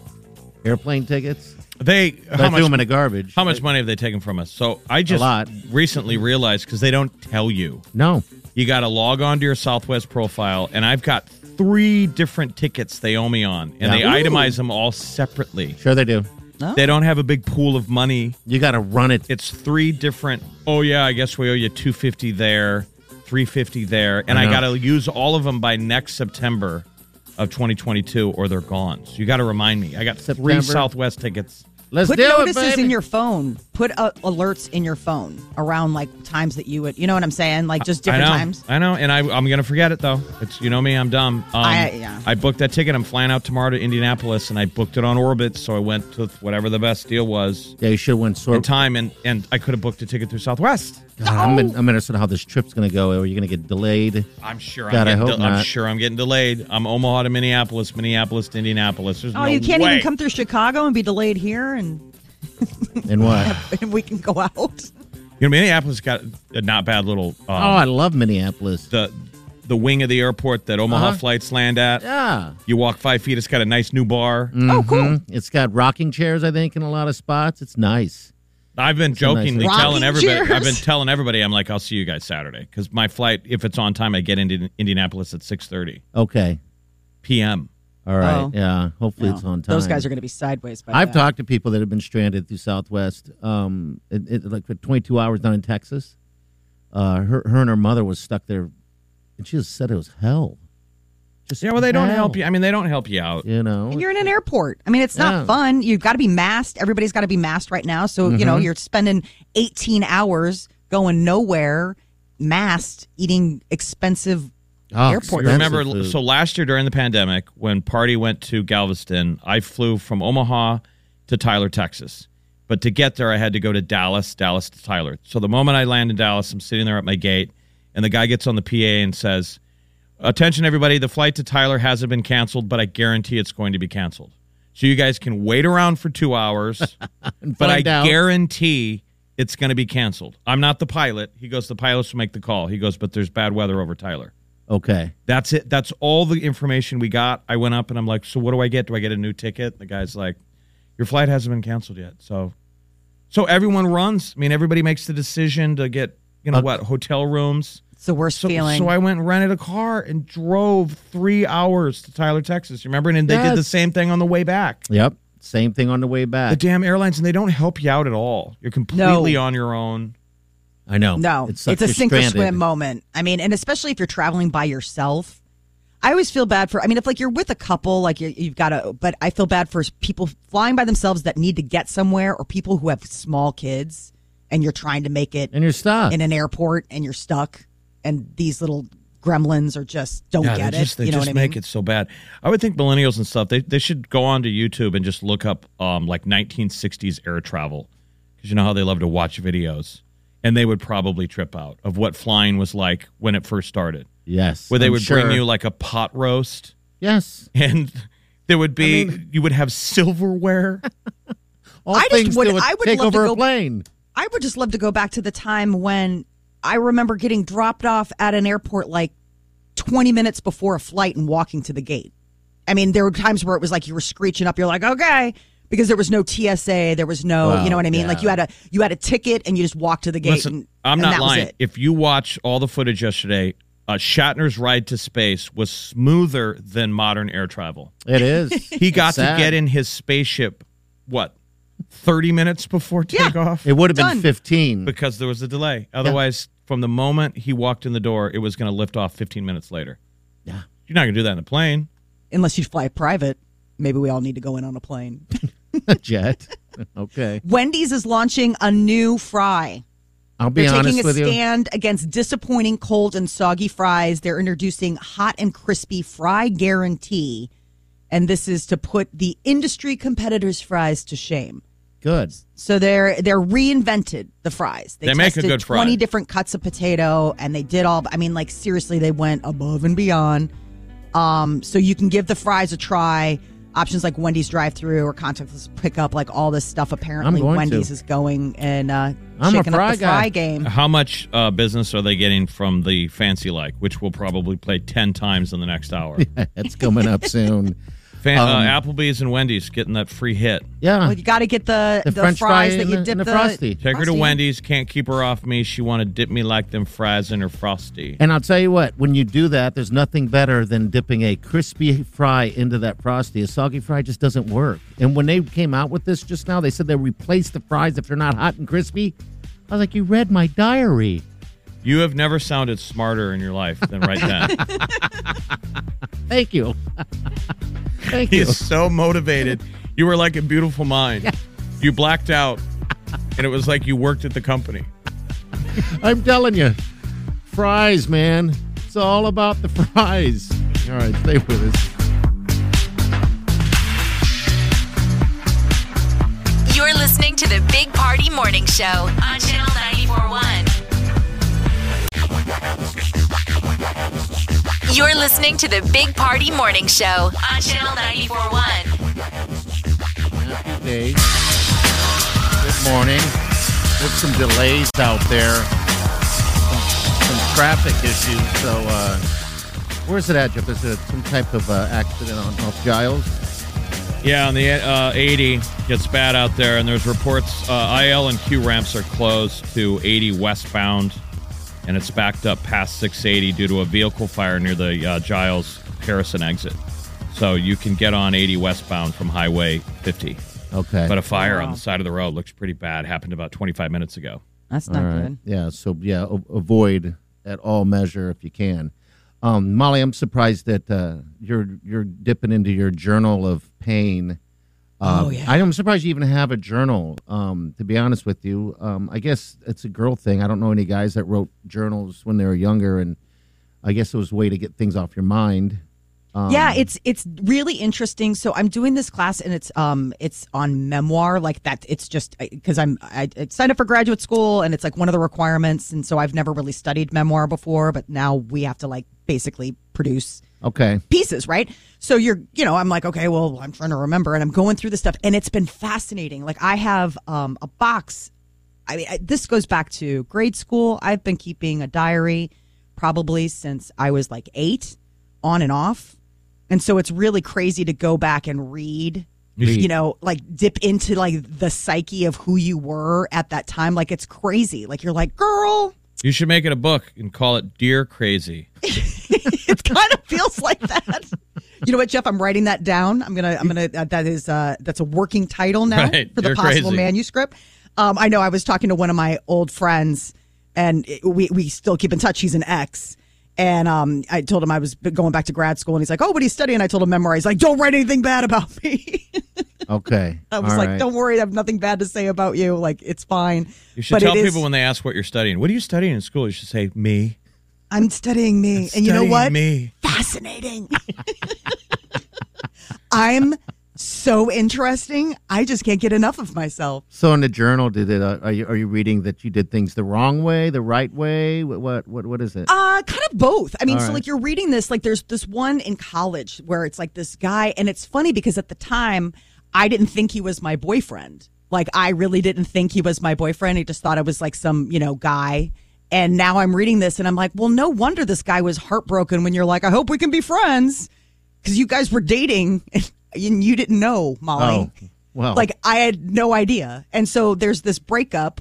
Speaker 4: airplane tickets.
Speaker 5: They
Speaker 4: But I
Speaker 5: how
Speaker 4: threw them in
Speaker 5: much
Speaker 4: the garbage.
Speaker 5: how much money have they taken from us? So I just
Speaker 4: lot.
Speaker 5: recently realized cuz they don't tell you.
Speaker 4: No,
Speaker 5: You got to log on to your Southwest profile and I've got 3 different tickets they owe me on and
Speaker 4: Yeah.
Speaker 5: they itemize them all separately.
Speaker 4: sure they do.
Speaker 5: They don't have a big pool of money
Speaker 4: You got to run it.
Speaker 5: it's three different oh yeah i guess we owe you 250 there 350 there and
Speaker 4: I
Speaker 5: i,
Speaker 4: know.
Speaker 5: gotta use all of them by next september of 2022 or they're gone so you gotta remind me i got three
Speaker 4: September.
Speaker 5: southwest tickets
Speaker 4: Let's
Speaker 6: Put
Speaker 4: do it,
Speaker 6: notices
Speaker 4: baby.
Speaker 6: in your phone. Put uh, alerts in your phone around like times that you would, you know what I'm saying? Like just different
Speaker 5: I know,
Speaker 6: times.
Speaker 5: I know, and I, I'm gonna forget it though. It's you know me, I'm dumb. Um,
Speaker 6: I- yeah.
Speaker 5: I booked that ticket. I'm flying out tomorrow to Indianapolis, and I booked it on Orbit, so I went to whatever the best deal was
Speaker 4: yeah, you should win.
Speaker 5: in
Speaker 4: Sort.
Speaker 5: time, and and I could have booked a ticket through Southwest.
Speaker 4: God, I'm, in, I'm interested in how this trip's going to go. Are you going to get delayed?
Speaker 5: I'm sure.
Speaker 4: God, I
Speaker 5: I'm, getting
Speaker 4: hope
Speaker 5: I'm
Speaker 4: not.
Speaker 5: sure I'm getting delayed. I'm Omaha to Minneapolis, Minneapolis to Indianapolis. There's
Speaker 6: Oh,
Speaker 5: no
Speaker 6: you can't
Speaker 5: way.
Speaker 6: even come through Chicago and be delayed here and
Speaker 4: And what?
Speaker 6: and we can go out.
Speaker 5: You know, Minneapolis got a not bad little um,
Speaker 4: Oh, I love Minneapolis.
Speaker 5: the the wing of the airport that Omaha
Speaker 4: Uh-huh.
Speaker 5: flights land at.
Speaker 4: Yeah. Mm-hmm.
Speaker 5: You walk five feet. It's got a nice new bar.
Speaker 6: Oh, cool.
Speaker 4: It's got rocking chairs, I think, in a lot of spots. It's nice.
Speaker 5: I've been
Speaker 4: a nice
Speaker 5: jokingly
Speaker 6: area.
Speaker 5: telling
Speaker 6: Rocking
Speaker 5: everybody. I've
Speaker 6: chairs.
Speaker 5: been telling everybody. I'm like, I'll see you guys Saturday because my flight, if it's on time, I get into Indianapolis at 6:30
Speaker 4: Okay.
Speaker 5: p.m.
Speaker 4: All right.
Speaker 6: Oh.
Speaker 4: Yeah. Hopefully
Speaker 6: No,
Speaker 4: it's on time.
Speaker 6: Those guys are going to be sideways. By
Speaker 4: I've
Speaker 6: then.
Speaker 4: talked to people that have been stranded through Southwest, um, it, it, like for 22 hours down in Texas. Uh, her, her and her mother was stuck there, and she just said it was hell. Just
Speaker 5: Yeah, well, they don't
Speaker 4: hell,
Speaker 5: help you. I mean, they don't help you out.
Speaker 4: You know,
Speaker 6: And you're in an airport. I mean, it's not
Speaker 4: Yeah.
Speaker 6: fun. You've got to be masked. Everybody's got to be masked right now. So you know
Speaker 4: Mm-hmm.
Speaker 6: you're spending 18 hours going nowhere, masked, eating expensive.
Speaker 4: Oh,
Speaker 6: airport.
Speaker 5: You
Speaker 4: expensive
Speaker 5: remember,
Speaker 4: food.
Speaker 5: so last year during the pandemic, when Party went to Galveston, I flew from Omaha to Tyler, Texas. But to get there, I had to go to Dallas, Dallas to Tyler. So the moment I land in Dallas, I'm sitting there at my gate, and the guy gets on the PA and says, Attention, everybody, the flight to Tyler hasn't been canceled, but I guarantee it's going to be canceled. So you guys can wait around for two hours, but I
Speaker 4: find out.
Speaker 5: guarantee it's going to be canceled. I'm not the pilot. He goes, The pilots will make the call. He goes, But there's bad weather over Tyler.
Speaker 4: okay,
Speaker 5: That's it. That's all the information we got. I went up and I'm like, so what do I get? Do I get a new ticket? The guy's like, your flight hasn't been canceled yet. So, so everyone runs. I mean, everybody makes the decision to get, you know,
Speaker 4: Uh,
Speaker 5: what hotel rooms.
Speaker 6: It's the worst
Speaker 5: So,
Speaker 6: feeling.
Speaker 5: so I went and rented a car and drove three hours to Tyler, Texas. You remember? And they did the
Speaker 4: Yes.
Speaker 5: same thing on the way back.
Speaker 4: Yep. Same thing on the way
Speaker 5: The
Speaker 4: back.
Speaker 5: damn airlines, and they don't help you out at all. You're completely on your own.
Speaker 4: I know.
Speaker 6: No,
Speaker 4: It
Speaker 6: it's,
Speaker 4: sucks
Speaker 6: a
Speaker 4: you're
Speaker 6: sink or
Speaker 4: stranded.
Speaker 6: swim moment. I mean, and especially if you're traveling by yourself, I always feel bad for. I mean, if like you're with a couple, like you, you've got to. But I feel bad for people flying by themselves that need to get somewhere, or people who have small kids and you're trying to make it
Speaker 4: And you're stuck.
Speaker 6: in an airport and you're stuck, and these little gremlins are just don't
Speaker 5: Yeah,
Speaker 6: get
Speaker 5: they just,
Speaker 6: it.
Speaker 5: They
Speaker 6: you know
Speaker 5: just
Speaker 6: what I
Speaker 5: make
Speaker 6: mean?
Speaker 5: it so bad. I would think millennials and stuff. They they should go onto YouTube and just look up um like 1960s air travel because you know how they love to watch videos, and they would probably trip out of what flying was like when it first started,
Speaker 4: yes.
Speaker 5: where they
Speaker 4: I'm
Speaker 5: would
Speaker 4: sure.
Speaker 5: bring you like a pot roast
Speaker 4: Yes.
Speaker 5: and. There would be you would have silverware.
Speaker 4: All
Speaker 6: I just
Speaker 4: things
Speaker 6: would-
Speaker 4: that would
Speaker 6: I would
Speaker 4: take
Speaker 6: love to
Speaker 4: over
Speaker 6: go-
Speaker 4: a plane.
Speaker 6: I would just love to go back to the time when I remember getting dropped off at an airport like 20 minutes before a flight and walking to the gate. I mean, there were times where it was like you were screeching up, you're like, okay, because there was no TSA, there was no,
Speaker 4: Wow,
Speaker 6: you know what I mean? Like
Speaker 4: yeah.
Speaker 6: you had a you had a ticket and you just walked to the gate.
Speaker 5: Listen,
Speaker 6: and,
Speaker 5: I'm
Speaker 6: and
Speaker 5: not
Speaker 6: that was
Speaker 5: lying.
Speaker 6: it.
Speaker 5: If you watch all the footage yesterday, uh, Shatner's ride to space was smoother than modern air travel.
Speaker 4: It is.
Speaker 5: He got to
Speaker 4: sad.
Speaker 5: get in his spaceship, what, 30 minutes before takeoff?
Speaker 4: It would have been
Speaker 6: Done.
Speaker 4: 15.
Speaker 5: because there was a delay. Otherwise, from the moment he walked in the door, it was going to lift off 15 minutes later.
Speaker 4: Yeah.
Speaker 5: You're not going to do that in a plane.
Speaker 6: Unless you fly private, maybe we all need to go in on a plane.
Speaker 4: Jet. Okay.
Speaker 6: Wendy's is launching a new fry.
Speaker 4: I'll be
Speaker 6: They're
Speaker 4: honest
Speaker 6: taking a
Speaker 4: with you.
Speaker 6: stand against disappointing cold and soggy fries. They're introducing hot and crispy fry guarantee, and this is to put the industry competitors' fries to shame.
Speaker 4: Good.
Speaker 6: So they're they're reinvented the fries.
Speaker 5: They make a
Speaker 6: tested
Speaker 5: good fry.
Speaker 6: Twenty different cuts of potato, and they did all. I mean, like seriously, they went above and beyond. Um, so you can give the fries a try. Options like Wendy's drive-through or contactless pickup, like all this stuff. Apparently,
Speaker 4: going to.
Speaker 6: Wendy's is going and uh,
Speaker 4: I'm a
Speaker 6: shaking up
Speaker 4: fry
Speaker 6: the
Speaker 4: guy.
Speaker 6: fry game.
Speaker 5: How much uh, business are they getting from the fancy like, which we'll probably play 10 times in the next hour?
Speaker 4: That's coming up soon.
Speaker 5: Fan-
Speaker 4: Um,
Speaker 5: uh, Applebee's and Wendy's getting that free hit.
Speaker 4: Yeah.
Speaker 6: Well, you got to get the
Speaker 4: the,
Speaker 6: the,
Speaker 4: French
Speaker 6: fries
Speaker 4: fry
Speaker 6: that
Speaker 4: and
Speaker 6: you
Speaker 4: the-
Speaker 6: dip
Speaker 4: and the
Speaker 6: the
Speaker 4: frosty.
Speaker 5: Take her to
Speaker 6: Frosty.
Speaker 5: Wendy's. Can't keep her off me. She want to dip me like them fries in her frosty.
Speaker 4: And I'll tell you what, when you do that, there's nothing better than dipping a crispy fry into that frosty. A soggy fry just doesn't work. And when they came out with this just now, they said they replaced the fries if they're not hot and crispy. I was like, you read my diary.
Speaker 5: You have never sounded smarter in your life than right then.
Speaker 4: Thank you. Thank
Speaker 5: He
Speaker 4: you.
Speaker 5: is so motivated. You were like a beautiful mind. You blacked out, and it was like you worked at the company.
Speaker 4: I'm telling you, fries, man. It's all about the fries. All right, stay with us.
Speaker 3: You're listening to the Big Party Morning Show on Channel 941. You're listening to the Big Party Morning Show on Channel 941.
Speaker 4: Happy day. Good morning. There's some delays out there, some, some traffic issues. So, uh, where's it at, Jeff? Is it some type of uh, accident on off Giles?
Speaker 5: Yeah, on the uh, 80 gets bad out there, and there's reports uh, IL and Q ramps are closed to 80 westbound, and it's backed up past 680 due to a vehicle fire near the uh, Giles Harrison exit. So you can get on 80 westbound from Highway 50.
Speaker 4: Okay.
Speaker 5: But a fire on the side of the road looks pretty bad. Happened about 25 minutes ago.
Speaker 6: That's
Speaker 4: All
Speaker 6: not
Speaker 4: right.
Speaker 6: good.
Speaker 4: Yeah. So yeah, a- avoid at all measure if you can. Um, Molly, I'm surprised that uh, you're you're dipping into your journal of pain. Uh,
Speaker 6: Oh, yeah.
Speaker 4: I am surprised you even have a journal. Um, to be honest with you, um, I guess it's a girl thing. I don't know any guys that wrote journals when they were younger, and I guess it was a way to get things off your mind. Um,
Speaker 6: yeah, it's it's really interesting. So I'm doing this class and it's um it's on memoir like that. It's just because I'm I, I signed up for graduate school and it's like one of the requirements. And so I've never really studied memoir before, but now we have to like basically produce
Speaker 4: okay.
Speaker 6: pieces, right? So you're, you know, I'm like, okay, well, I'm trying to remember, and I'm going through the stuff, and it's been fascinating. Like I have um, a box. I mean, I, this goes back to grade school. I've been keeping a diary probably since I was like eight, on and off, and so it's really crazy to go back and read. You know, like dip into like the psyche of who you were at that time. Like it's crazy. Like you're like, girl,
Speaker 5: You should make it a book and call it Dear Crazy.
Speaker 6: it kind of feels like that. You know what, Jeff? I'm writing that down. I'm gonna, I'm gonna. Uh, that is, uh, that's a working title now
Speaker 5: Right.
Speaker 6: for the
Speaker 5: You're
Speaker 6: possible
Speaker 5: crazy.
Speaker 6: manuscript. Um, I know. I was talking to one of my old friends, and it- we we still keep in touch. He's an ex, and um, I told him I was going back to grad school, and he's like, "Oh, what are you studying?" I told him memoir. He's like, "Don't write anything bad about me."
Speaker 4: Okay.
Speaker 6: I was
Speaker 4: All
Speaker 6: like,
Speaker 4: right.
Speaker 6: "Don't worry, I have nothing bad to say about you. Like, it's fine."
Speaker 5: You should
Speaker 6: But
Speaker 5: tell
Speaker 6: it is-
Speaker 5: people when they ask what you're studying. What are you studying in school? You should say me.
Speaker 6: I'm studying me, and you know
Speaker 5: Studying
Speaker 6: what?
Speaker 5: Me.
Speaker 6: fascinating. I'm so interesting. I just can't get enough of myself.
Speaker 4: So in the journal, did it? Uh, are you are you reading that you did things the wrong way, the right way? What what what, what is it?
Speaker 6: Uh, kind of both. I mean,
Speaker 4: All
Speaker 6: so
Speaker 4: right.
Speaker 6: like you're reading this, like there's this one in college where it's like this guy, and it's funny because at the time I didn't think he was my boyfriend. Like I really didn't think he was my boyfriend. I just thought I was like some, you know, guy. And now I'm reading this and I'm like, well, no wonder this guy was heartbroken when you're like, I hope we can be friends. Cause you guys were dating and you didn't know, Molly.
Speaker 4: Oh, well.
Speaker 6: Like I had no idea. And so there's this breakup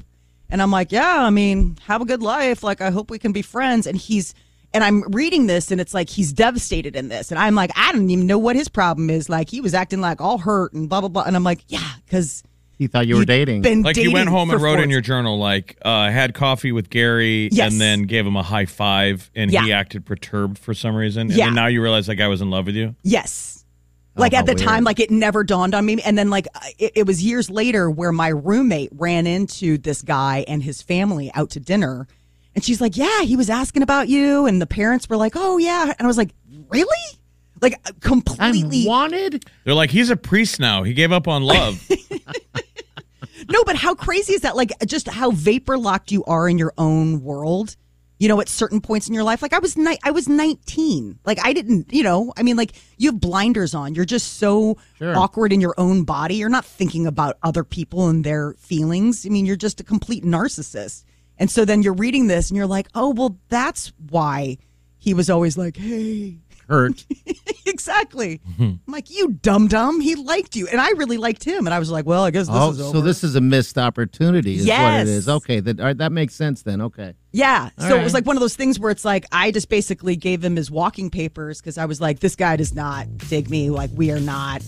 Speaker 6: and I'm like, yeah, I mean, have a good life. Like I hope we can be friends and he's and I'm reading this and it's like he's devastated in this and I'm like, I don't even know what his problem is. Like he was acting like all hurt and blah blah blah and I'm like, yeah, cuz
Speaker 4: he thought you were dating.
Speaker 6: Been
Speaker 5: Like you
Speaker 6: dating
Speaker 5: went home and
Speaker 6: for
Speaker 5: wrote in
Speaker 6: four-
Speaker 5: your journal, like uh, had coffee with Gary,
Speaker 6: Yes.
Speaker 5: and then gave him a high five, and he
Speaker 6: Yeah.
Speaker 5: acted perturbed for some reason. And
Speaker 6: Yeah.
Speaker 5: then now you realize that guy was in love with you.
Speaker 6: Yes. Like
Speaker 4: Oh, how
Speaker 6: at the
Speaker 4: weird.
Speaker 6: time, like it never dawned on me. And then, like, I- it, it was years later where my roommate ran into this guy and his family out to dinner. And she's like, Yeah, he was asking about you. And the parents were like, Oh, yeah. And I was like, Really? Like, uh,
Speaker 4: I'm
Speaker 6: completely.
Speaker 4: wanted.
Speaker 5: They're like, he's a priest now. He gave up on love.
Speaker 6: No, but how crazy is that? Like, just how vapor locked you are in your own world. You know, at certain points in your life, like I was, ni- I was nineteen. Like I didn't, you know, I mean, like you have blinders on. You're just so
Speaker 4: Sure.
Speaker 6: awkward in your own body. You're not thinking about other people and their feelings. I mean, you're just a complete narcissist. And so then you're reading this, and you're like, oh well, that's why he was always like, hey,
Speaker 4: Hurt.
Speaker 6: exactly.
Speaker 4: Mm-hmm.
Speaker 6: I'm like you dumb dumb. He liked you, and I really liked him, and I was like, well, I guess this
Speaker 4: oh,
Speaker 6: is over.
Speaker 4: so this is a missed opportunity. Is what
Speaker 6: Yes.
Speaker 4: it is. Okay. That all right, that makes sense then. Okay.
Speaker 6: Yeah.
Speaker 4: All
Speaker 6: so it was
Speaker 4: right.
Speaker 6: like one of those things where it's like I just basically gave him his walking papers because I was like, this guy does not dig me. Like we are not.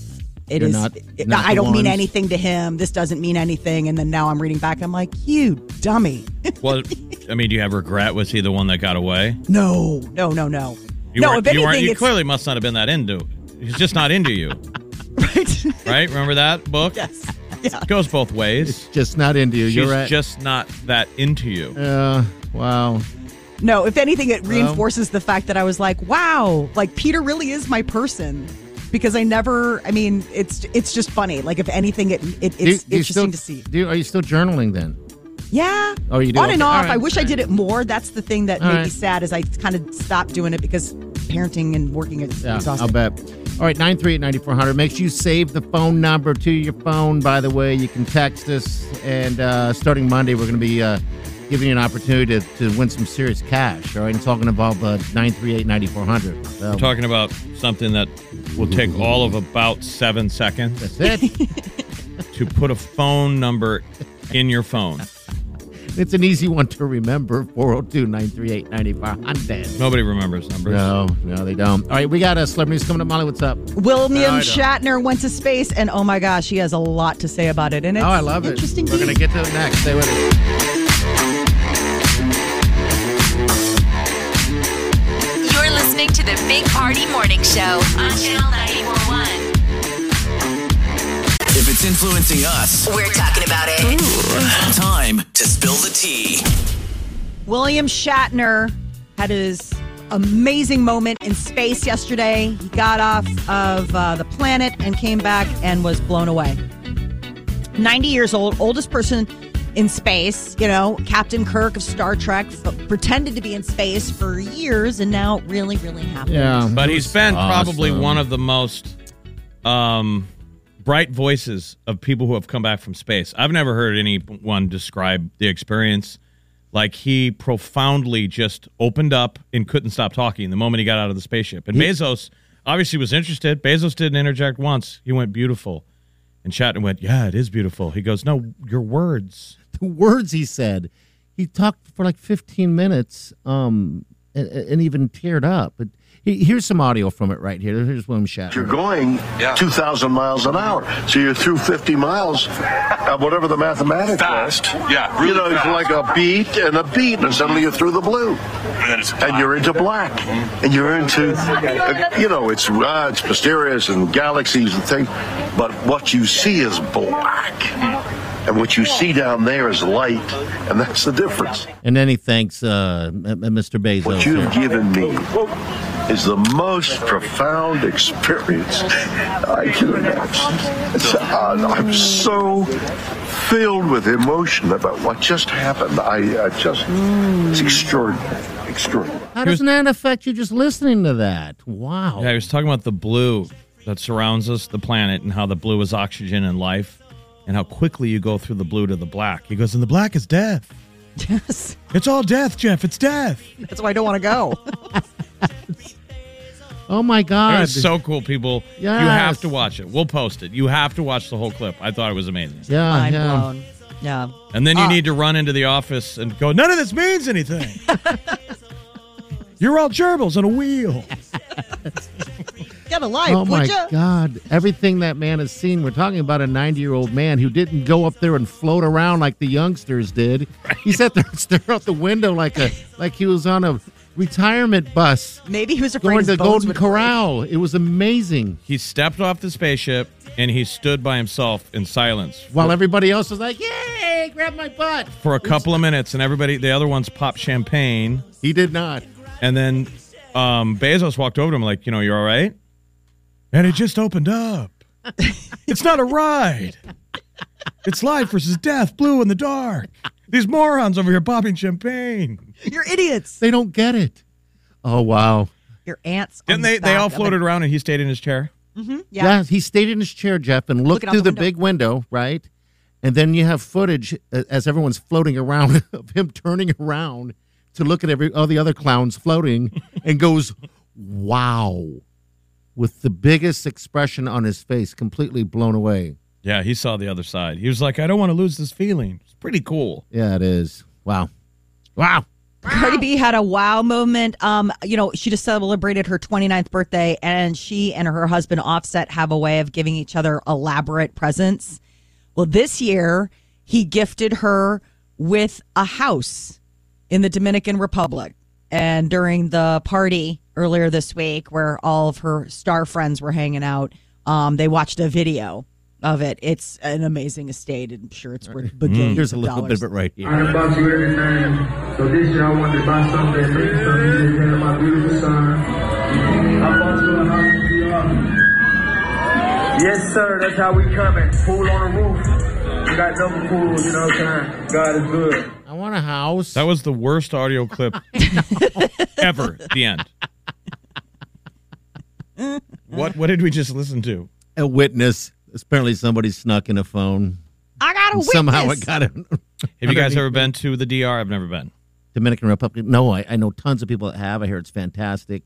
Speaker 6: It
Speaker 4: You're
Speaker 6: is.
Speaker 4: not-
Speaker 6: it-
Speaker 4: not
Speaker 6: I
Speaker 4: the
Speaker 6: don't mean
Speaker 4: ones.
Speaker 6: anything to him. This doesn't mean anything. And then now I'm reading back. I'm like, you dummy.
Speaker 5: well, I mean, do you have regret? Was he the one that got away?
Speaker 6: no, no, no, no.
Speaker 5: You
Speaker 6: no,
Speaker 5: weren't-
Speaker 6: if
Speaker 5: you, weren't-
Speaker 6: anything,
Speaker 5: you
Speaker 6: it's
Speaker 5: clearly must not have been that into. He's just not into you,
Speaker 6: right.
Speaker 5: right? Remember that book?
Speaker 6: yes. Yeah.
Speaker 5: It goes both ways.
Speaker 4: Just not into you. You're
Speaker 5: She's
Speaker 4: right.
Speaker 5: just not that into you.
Speaker 4: Uh, wow.
Speaker 6: No, if anything, it reinforces the fact that I was like, wow, like Peter really is my person. Because I never, I mean, it's it's just funny. Like if anything, it, it
Speaker 4: Do you-
Speaker 6: it's
Speaker 4: do you still-
Speaker 6: interesting to see.
Speaker 4: Do you, are you still journaling then?
Speaker 6: Yeah.
Speaker 4: Oh, you do?
Speaker 6: On and
Speaker 4: Okay. All
Speaker 6: off.
Speaker 4: right.
Speaker 6: I wish I did it more. That's the thing that
Speaker 4: All
Speaker 6: made me
Speaker 4: right.
Speaker 6: sad is I kind of stopped doing it because parenting and working is
Speaker 4: Yeah, I'll
Speaker 6: exhausting.
Speaker 4: bet. All right, 938-9400. Make sure you save the phone number to your phone, by the way. You can text us. And uh, starting Monday, we're going to be uh, giving you an opportunity to, to win some serious cash. All right, it's all going to involve uh, 938-9400. So,
Speaker 5: We're talking about something that will take all of about seven seconds
Speaker 4: that's it.
Speaker 5: to put a phone number in your phone.
Speaker 4: it's an easy one to remember, 402-938-9400.
Speaker 5: Nobody remembers numbers.
Speaker 4: No, no, they don't. All right, we got uh, celebrities coming up. Molly, what's up?
Speaker 6: William
Speaker 4: I know.
Speaker 6: Shatner went to space, and oh my gosh, he has a lot to say about it. And it's
Speaker 4: oh, I love it.
Speaker 6: interesting
Speaker 4: We're going
Speaker 6: deed.
Speaker 4: to get to it next. Stay with us.
Speaker 3: You're listening to the Big Party Morning Show on Channel 941.
Speaker 7: If it's influencing us,
Speaker 3: We're talking about it.
Speaker 7: time to spill the tea.
Speaker 6: William Shatner had his amazing moment in space yesterday. He got off of uh, the planet and came back and was blown away. 90 years old, oldest person in space, you know, Captain Kirk of Star Trek f- pretended to be in space for years and now it really, really happened.
Speaker 4: Yeah.
Speaker 5: But he's been probably
Speaker 4: Awesome.
Speaker 5: one of the most um, bright voices of people who have come back from space. I've never heard anyone describe the experience like he profoundly just opened up and couldn't stop talking the moment he got out of the spaceship. And Bezos obviously was interested. Bezos didn't interject once. He went beautiful. And Shatner went, "Yeah, it is beautiful." He goes, "No, your words."
Speaker 4: the words he said. he talked for like 15 minutes um, and, and even teared up. But he, here's some audio from it right here. Here's William Shatner.
Speaker 8: You're going 2,000 miles an hour, so you're through 50 miles, uh, whatever the mathematics
Speaker 9: Fast.
Speaker 8: is.
Speaker 9: Yeah, really
Speaker 8: you know, it's like
Speaker 9: fast.
Speaker 8: a beat and a beat, and suddenly you're through the blue,
Speaker 9: And then it's
Speaker 8: and you're into black, and you're into, uh, you know, it's uh, it's mysterious and galaxies and things, but what you see is black, and what you see down there is light, and that's the difference.
Speaker 4: And then he thanks uh, M- M- Mr. Bezos.
Speaker 8: What you've
Speaker 4: here.
Speaker 8: given me is the most profound experience I can imagine. It's- uh, I'm so filled with emotion about what just happened. I, I just, it's extraordinary. Extraordinary.
Speaker 4: How doesn't that affect you just listening to that? Wow.
Speaker 5: Yeah, he was talking about the blue that surrounds us, the planet, and how the blue is oxygen and life, and how quickly you go through the blue to the black. He goes, and the black is death.
Speaker 6: Yes.
Speaker 5: It's all death, Jeff. It's death.
Speaker 6: That's why I don't want to go.
Speaker 4: Oh my God.
Speaker 5: It's so cool, people. You
Speaker 4: Yes.
Speaker 5: have to watch it. We'll post it. You have to watch the whole clip. I thought it was amazing.
Speaker 4: yeah, Ah.
Speaker 6: Mind
Speaker 4: yeah.
Speaker 6: blown. Yeah.
Speaker 5: And then you need to run into the office and go, none of this means anything. You're all gerbils on a wheel.
Speaker 6: Get a life,
Speaker 4: Oh my
Speaker 6: would you?
Speaker 4: God. Everything that man has seen, we're talking about a 90 year old man who didn't go up there and float around like the youngsters did. He sat there and stared out the window like a like he was on a retirement bus
Speaker 6: Maybe he was afraid
Speaker 4: going
Speaker 6: his
Speaker 4: to
Speaker 6: bones
Speaker 4: Golden
Speaker 6: would
Speaker 4: Corral. It was amazing.
Speaker 5: He stepped off the spaceship and he stood by himself in silence
Speaker 4: While everybody else was like, yay, grab my butt.
Speaker 5: for a couple of minutes, and everybody, the other ones popped champagne.
Speaker 4: He did not.
Speaker 5: And then um, Bezos walked over to him, like, you know, you're all right? And it just opened up. it's not a ride. It's life versus death, blue in the dark. These morons over here popping champagne.
Speaker 6: break. You're idiots.
Speaker 4: They don't get it. Oh, wow.
Speaker 6: Your ants. on
Speaker 5: Didn't
Speaker 6: the
Speaker 5: they? They
Speaker 6: back
Speaker 5: all
Speaker 6: of a-
Speaker 5: floated around and he stayed in his chair.
Speaker 6: Yeah.
Speaker 4: Yeah, he stayed in his chair, Jeff, and looked
Speaker 6: Looking out
Speaker 4: through
Speaker 6: the
Speaker 4: the,
Speaker 6: window.
Speaker 4: big window, right? And then you have footage uh, as everyone's floating around of him turning around to look at every all the other clowns floating and goes, "Wow." With the biggest expression on his face, completely blown away.
Speaker 5: Yeah, he saw the other side. He was like, I don't want to lose this feeling. It's pretty cool.
Speaker 4: Yeah, it is. Wow. Wow.
Speaker 6: Cardi B had a wow moment. Um, you know, she just celebrated her 29th birthday, and she and her husband Offset have a way of giving each other elaborate presents. Well, this year he gifted her with a house in the Dominican Republic. And during the party earlier this week, where all of her star friends were hanging out, um, they watched a video of it. It's an amazing estate. and I'm sure it's worth billions
Speaker 4: Here's a
Speaker 6: of
Speaker 4: little bit
Speaker 6: dollars.
Speaker 4: of it right here.
Speaker 10: I about you every time. So this year I wanted to buy something, make something big for my beautiful son. I bought you a house in PR. Yes, sir, that's how we coming. Pool on the roof. We got double pool, you know what I'm saying? God is good.
Speaker 4: I want a house.
Speaker 5: That was the worst audio clip ever. The end. What what did we just listen to?
Speaker 4: a witness. Apparently, somebody snuck in a phone.
Speaker 6: I got a
Speaker 4: And
Speaker 6: witness.
Speaker 4: somehow it got him.
Speaker 5: Have you guys ever been to the DR? I've never been.
Speaker 4: Dominican Republic. No, I, I know tons of people that have. I hear it's fantastic.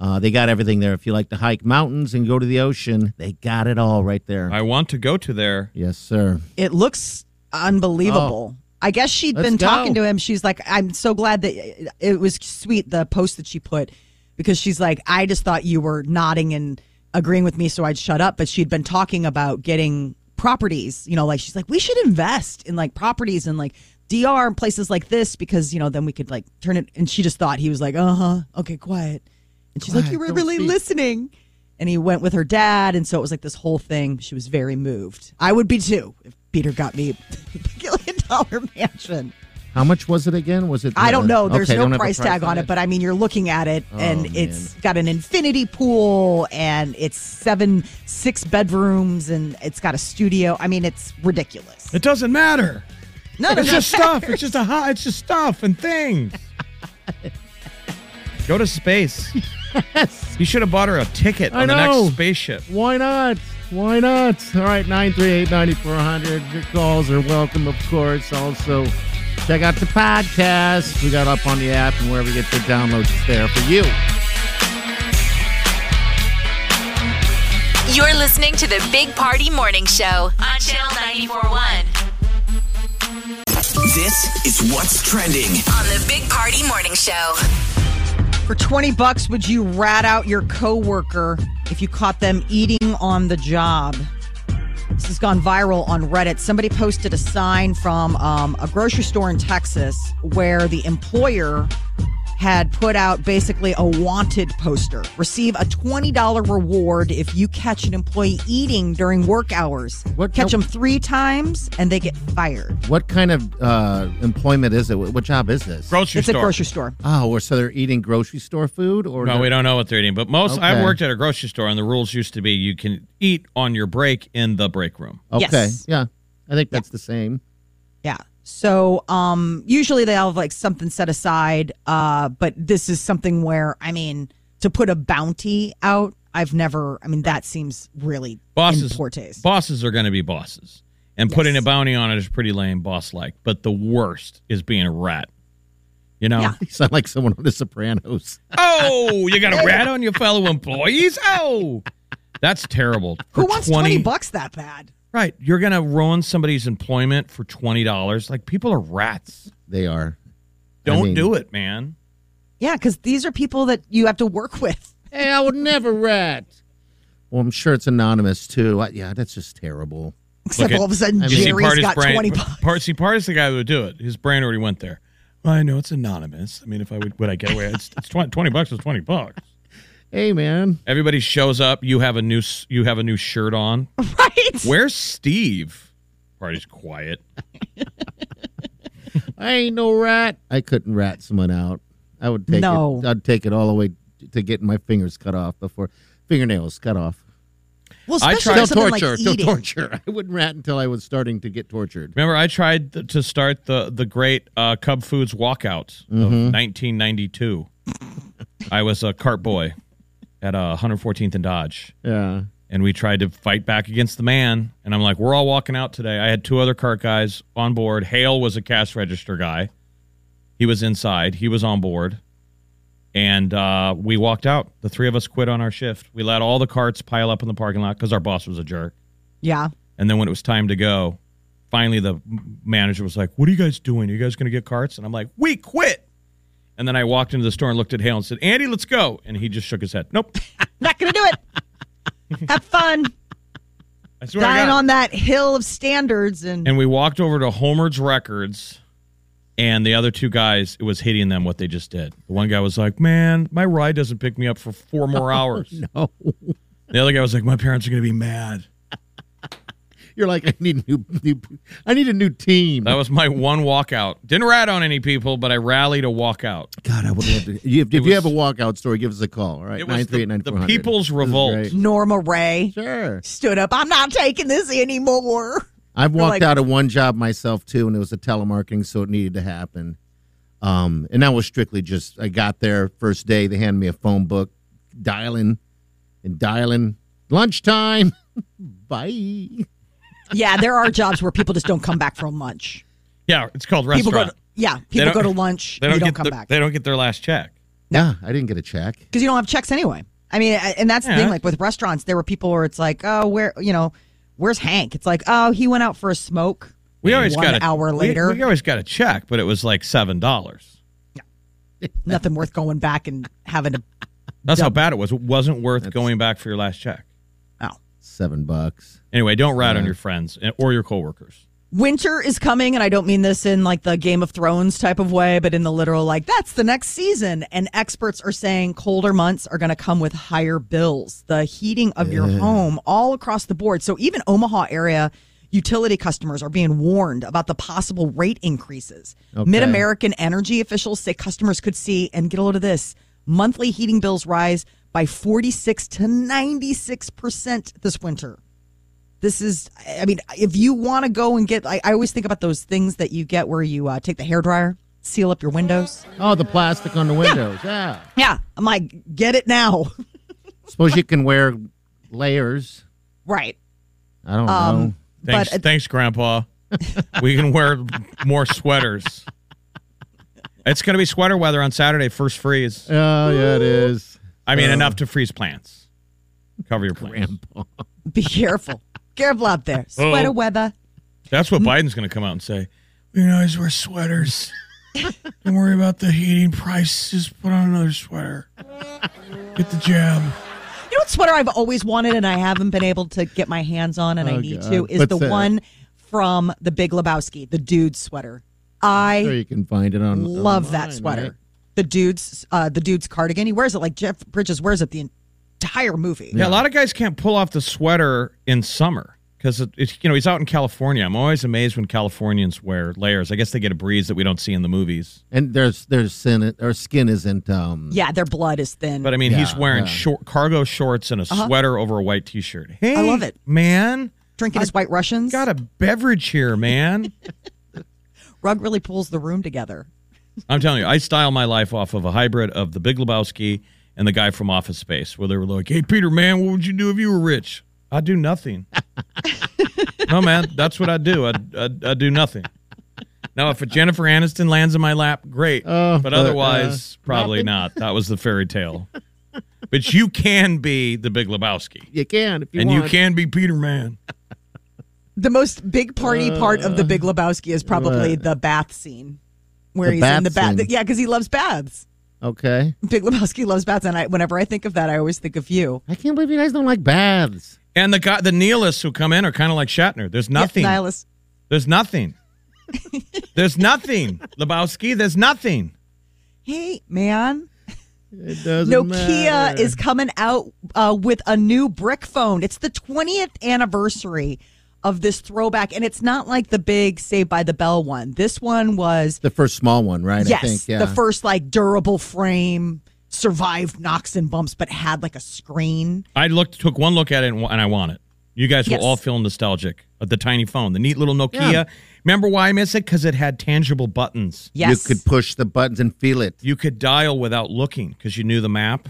Speaker 4: Uh, they got everything there. If you like to hike mountains and go to the ocean, they got it all right there.
Speaker 5: I want to go to there.
Speaker 4: yes, sir.
Speaker 6: It looks unbelievable. I guess she had
Speaker 4: Oh. Let's
Speaker 6: been talking
Speaker 4: go.
Speaker 6: to him. She's like, I'm so glad that it was sweet, the post that she put, because she's like, I just thought you were nodding and agreeing with me, so I'd shut up. But she'd been talking about getting properties, you know, like she's like, we should invest in like properties and like DR and places like this because, you know, then we could like turn it. And she just thought he was like, uh huh, okay, quiet. And she's like,
Speaker 4: Quiet,
Speaker 6: you were
Speaker 4: don't
Speaker 6: really
Speaker 4: speak.
Speaker 6: listening. And he went with her dad. And so it was like this whole thing. She was very moved. I would be too if Peter got me a billion dollar mansion.
Speaker 4: How much was it again? Was it?
Speaker 6: I don't know.
Speaker 4: okay,
Speaker 6: There's
Speaker 4: don't have
Speaker 6: no
Speaker 4: a
Speaker 6: price tag on it, but I mean, you're looking at it and
Speaker 4: man.
Speaker 6: it's got an infinity pool and it's seven, six bedrooms and it's got a studio. I mean, it's ridiculous.
Speaker 5: It doesn't matter.
Speaker 6: No, no,
Speaker 5: It's
Speaker 6: no.
Speaker 5: just stuff. It's just a hot. It's just stuff and things. Go to space. You should have bought her a ticket
Speaker 4: I
Speaker 5: on the
Speaker 4: know.
Speaker 5: next spaceship.
Speaker 4: Why not? Why not? All right, 938 9400. Your calls are welcome, of course. Also, check out the podcast. We got up on the app and wherever you get your downloads, it's there for you.
Speaker 3: You're listening to the Big Party Morning Show on Channel 941.
Speaker 7: This is what's trending.
Speaker 3: on the Big Party Morning Show.
Speaker 6: For 20 bucks, would you rat out your coworker if you caught them eating on the job? This has gone viral on Reddit. Somebody posted a sign from um, a grocery store in Texas where the employer had put out basically a wanted poster. Receive a $20 reward if you catch an employee eating during work hours.
Speaker 4: What-
Speaker 6: Catch them three times and they get fired.
Speaker 4: What kind of uh, employment is it? What, what job is this?
Speaker 5: Grocery
Speaker 6: it's
Speaker 5: store.
Speaker 6: a grocery store.
Speaker 4: Oh, well, so they're eating grocery store food, or
Speaker 5: No,
Speaker 4: they're-
Speaker 5: we don't know what they're eating. But most,
Speaker 4: Okay.
Speaker 5: I worked at a grocery store, and the rules used to be you can eat on your break in the break room.
Speaker 4: Okay,
Speaker 6: Yes.
Speaker 4: yeah, I think that's the same.
Speaker 6: Yeah. So um usually they have like something set aside, uh, but this is something where I mean to put a bounty out, I've never I mean that seems really
Speaker 5: Bosses,
Speaker 6: in poor taste.
Speaker 5: bosses are going to be bosses, and putting a bounty on it is pretty lame, boss-like. But the worst is being a rat. You know,
Speaker 6: Yeah.
Speaker 4: You sound like someone on The Sopranos.
Speaker 5: oh, you got a rat on your fellow employees. Oh, that's terrible.
Speaker 6: Who
Speaker 5: For
Speaker 6: wants twenty bucks that bad?
Speaker 5: Right, you're going to ruin somebody's employment for twenty dollars. Like people are rats.
Speaker 4: They are.
Speaker 5: Don't
Speaker 4: mean-
Speaker 5: do it, man.
Speaker 6: Yeah, because these are people that you have to work with.
Speaker 4: Hey, I would never rat. Well, I'm sure it's anonymous too. I, yeah, that's just terrible.
Speaker 6: Except
Speaker 5: at-
Speaker 6: all of a sudden
Speaker 4: I mean- You see
Speaker 6: Jerry's got
Speaker 5: brain,
Speaker 6: twenty bucks.
Speaker 5: Part, see, part is the guy who would do it. His brain already went there. Well, I know it's anonymous. I mean, if I would, would I get away? It's, it's 20, 20 bucks. It's twenty bucks.
Speaker 4: Hey, man.
Speaker 5: Everybody shows up. You have a new, s- you have a new shirt on.
Speaker 6: Right.
Speaker 5: Where's Steve? Party's quiet.
Speaker 4: I ain't no rat. I couldn't rat someone out. I would take
Speaker 6: No.
Speaker 4: it. I'd take it all the way to getting my fingers cut off before fingernails cut off.
Speaker 6: Well,
Speaker 5: I
Speaker 6: especially with
Speaker 5: tried-
Speaker 4: Till
Speaker 6: something
Speaker 4: torture.
Speaker 6: like
Speaker 4: till
Speaker 6: eating.
Speaker 4: torture. I wouldn't rat until I was starting to get tortured.
Speaker 5: Remember, I tried th- to start the the great uh, Cub Foods walkout of
Speaker 6: Mm-hmm.
Speaker 5: 1992. I was a cart boy at uh, 114th and Dodge.
Speaker 4: Yeah.
Speaker 5: and we tried to fight back against the man. And I'm like, we're all walking out today. I had two other cart guys on board. Hale was a cash register guy. He was inside. He was on board. And uh, we walked out. The three of us quit on our shift. We let all the carts pile up in the parking lot because our boss was a jerk.
Speaker 6: Yeah.
Speaker 5: And then when it was time to go, finally the m- manager was like, "What are you guys doing? Are you guys going to get carts?" And I'm like, "We quit." And then I walked into the store and looked at Hale and said, "Andy, let's go." And he just shook his head. Nope.
Speaker 6: Not gonna do it. have fun.
Speaker 5: I swear to
Speaker 6: Dying
Speaker 5: God.
Speaker 6: on that hill of standards and,
Speaker 5: and we walked over to Homer's Records, and the other two guys, it was hitting them what they just did. The one guy was like, "Man, my ride doesn't pick me up for four more hours."
Speaker 4: Oh,
Speaker 5: The other guy was like, "My parents are gonna be mad."
Speaker 4: you're like I need new, new. I need a new team.
Speaker 5: That was my one walkout. Didn't rat on any people, but I rallied a walkout.
Speaker 4: God, I would love to. You, if
Speaker 5: It
Speaker 4: you have a
Speaker 5: was-
Speaker 4: walkout story, give us a call. All right,
Speaker 5: It was
Speaker 4: nine three
Speaker 5: the,
Speaker 4: eight nine
Speaker 5: the
Speaker 4: four hundred.
Speaker 5: People's Revolt.
Speaker 4: great.
Speaker 6: Norma Ray
Speaker 4: Sure.
Speaker 6: stood up. I'm not taking this anymore.
Speaker 4: I've walked
Speaker 6: like-
Speaker 4: out of one job myself too, and it was a telemarketing, so it needed to happen. Um, and that was strictly just I got there first day. They handed me a phone book, dialing and dialing. Lunchtime. Bye.
Speaker 6: Yeah, there are jobs where people just don't come back from lunch.
Speaker 5: Yeah, it's called
Speaker 6: People go
Speaker 5: restaurant.
Speaker 6: to, yeah, people
Speaker 5: don't-
Speaker 6: go to lunch. They don't,
Speaker 5: get
Speaker 6: come
Speaker 5: their-
Speaker 6: back
Speaker 5: They don't get their last check.
Speaker 4: Yeah, I didn't get a check.
Speaker 6: because you don't have checks anyway. I mean, I- and that's the
Speaker 5: Yeah.
Speaker 6: thing. Like with restaurants, there were people where it's like, oh, where you know, where's Hank? It's like, oh, he went out for a smoke.
Speaker 5: We always
Speaker 6: One
Speaker 5: got a,
Speaker 6: hour
Speaker 5: we-
Speaker 6: later.
Speaker 5: We, always got a check, but it was like seven dollars.
Speaker 6: Nothing worth going back and having to.
Speaker 5: That's how bad it was. It wasn't worth going back for your last check.
Speaker 6: Oh,
Speaker 4: Seven bucks.
Speaker 5: Anyway, don't rat on your friends and- or your coworkers.
Speaker 6: winter is coming, and I don't mean this in like the Game of Thrones type of way, but in the literal, like that's the next season. And experts are saying colder months are going to come with higher bills. The heating of your home all across the board. So even Omaha area utility customers are being warned about the possible rate increases. Mid American energy officials say customers could see, and get a load of this monthly heating bills rise by 46 to 96% this winter this is i mean if you want to go and get I, I always think about those things that you get where you uh, take the hair dryer seal up your windows
Speaker 4: Oh, the plastic on the windows. Yeah.
Speaker 6: yeah i'm like get it now
Speaker 4: Suppose you can wear layers.
Speaker 6: right
Speaker 4: I don't know.
Speaker 5: Thanks,
Speaker 6: But, uh,
Speaker 5: thanks, Grandpa. we can wear more sweaters. It's going to be sweater weather on Saturday. First freeze.
Speaker 4: Oh, yeah, it is.
Speaker 5: I mean, enough to freeze plants. Cover your plants.
Speaker 6: be careful careful out there sweater weather
Speaker 4: Oh.
Speaker 5: That's what Biden's going to come out and say.
Speaker 9: You guys wear sweaters. Don't worry about the heating price. Just put on another sweater. Get the jab.
Speaker 6: You know what sweater I've always wanted and I haven't been able to get my hands on and I
Speaker 9: Oh,
Speaker 6: need
Speaker 4: God.
Speaker 6: to is
Speaker 4: What's
Speaker 6: the
Speaker 4: that?
Speaker 6: one from the Big Lebowski, the dude sweater. I
Speaker 4: Sure, you can find it on.
Speaker 6: love
Speaker 4: online,
Speaker 6: that sweater.
Speaker 4: right?
Speaker 6: The dude's uh, the dude's cardigan. He wears it like Jeff Bridges wears it the entire movie.
Speaker 5: Yeah, a lot of guys can't pull off the sweater in summer because it, it's you know he's out in California. I'm always amazed when Californians wear layers. I guess they get a breeze that we don't see in the movies.
Speaker 4: And there's there's sin or skin isn't um
Speaker 6: Yeah, their blood is thin.
Speaker 5: But I mean, he's
Speaker 4: Yeah,
Speaker 5: wearing
Speaker 4: yeah.
Speaker 5: short cargo shorts and a
Speaker 6: Uh-huh.
Speaker 5: sweater over a white T-shirt. Hey,
Speaker 6: I love it.
Speaker 5: man.
Speaker 6: Drinking his white Russians.
Speaker 5: Got a beverage here, man.
Speaker 6: Rug really pulls the room together.
Speaker 5: I'm telling you, I style my life off of a hybrid of the Big Lebowski and the guy from Office Space, where they were like, "Hey, Peter, man, what would you do if you were rich?" I do nothing. no, man, that's what I do. I, I I do nothing. Now, if a Jennifer Aniston lands in my lap, great.
Speaker 4: Oh,
Speaker 5: but
Speaker 4: but,
Speaker 5: otherwise,
Speaker 4: uh,
Speaker 5: probably
Speaker 4: nothing.
Speaker 5: not. That was the fairy tale. but you can be the Big Lebowski,
Speaker 4: you can if you
Speaker 5: and
Speaker 4: want.
Speaker 5: you can be Peter Man.
Speaker 6: The most big party
Speaker 4: Uh,
Speaker 6: part of the Big Lebowski is probably
Speaker 4: what?
Speaker 6: the bath scene, where
Speaker 4: The
Speaker 6: he's in
Speaker 4: bath
Speaker 6: the bath.
Speaker 4: scene.
Speaker 6: Yeah, because he loves baths.
Speaker 4: Okay.
Speaker 6: Big Lebowski loves baths, and I, whenever I think of that, I always think of you.
Speaker 4: I can't believe you guys don't like baths.
Speaker 5: And the guy, the nihilists who come in are kind of like Shatner. There's nothing.
Speaker 6: Yeah, Nihilus.
Speaker 5: There's nothing. there's nothing. Lebowski, there's nothing.
Speaker 6: Hey man,
Speaker 4: It doesn't
Speaker 6: Nokia
Speaker 4: matter.
Speaker 6: is coming out uh, with a new brick phone. It's the 20th anniversary of this throwback, and it's not like the big Saved by the Bell one. This one was
Speaker 4: the first small one, right?
Speaker 6: yes,
Speaker 4: I think. Yeah.
Speaker 6: the first like durable frame, survived knocks and bumps, but had like a screen.
Speaker 5: I looked, took one look at it, and, wa- and I want it. You guys
Speaker 6: Yes.
Speaker 5: will all feel nostalgic of the tiny phone, the neat little Nokia. Remember why I miss it? Because it had tangible buttons.
Speaker 6: Yes,
Speaker 4: You could push the buttons and feel it.
Speaker 5: You could dial without looking because you knew the map.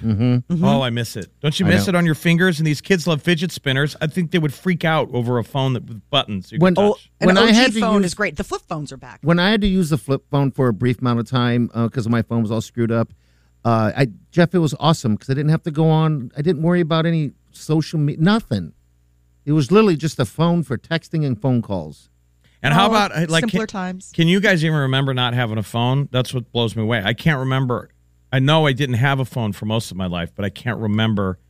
Speaker 5: Oh, I miss it. Don't you
Speaker 4: Mm-hmm. I
Speaker 5: miss
Speaker 4: know.
Speaker 5: it on your fingers? And these kids love fidget spinners. I think they would freak out over a phone that with buttons. You
Speaker 4: When-
Speaker 5: could touch.
Speaker 6: An
Speaker 4: When
Speaker 6: OG
Speaker 4: I had to
Speaker 6: phone
Speaker 4: use-
Speaker 6: is great. The flip phones are back.
Speaker 4: When I had to use the flip phone for a brief amount of time because my phone was all screwed up, uh, I Jeff, it was awesome because I didn't have to go on. I didn't worry about any social media, nothing. It was literally just a phone for texting and phone calls.
Speaker 5: and how
Speaker 6: Oh,
Speaker 5: about uh, like
Speaker 6: simpler
Speaker 5: can-
Speaker 6: times?
Speaker 5: Can you guys even remember not having a phone? That's what blows me away. I can't remember. I know I didn't have a phone for most of my life, but I can't remember.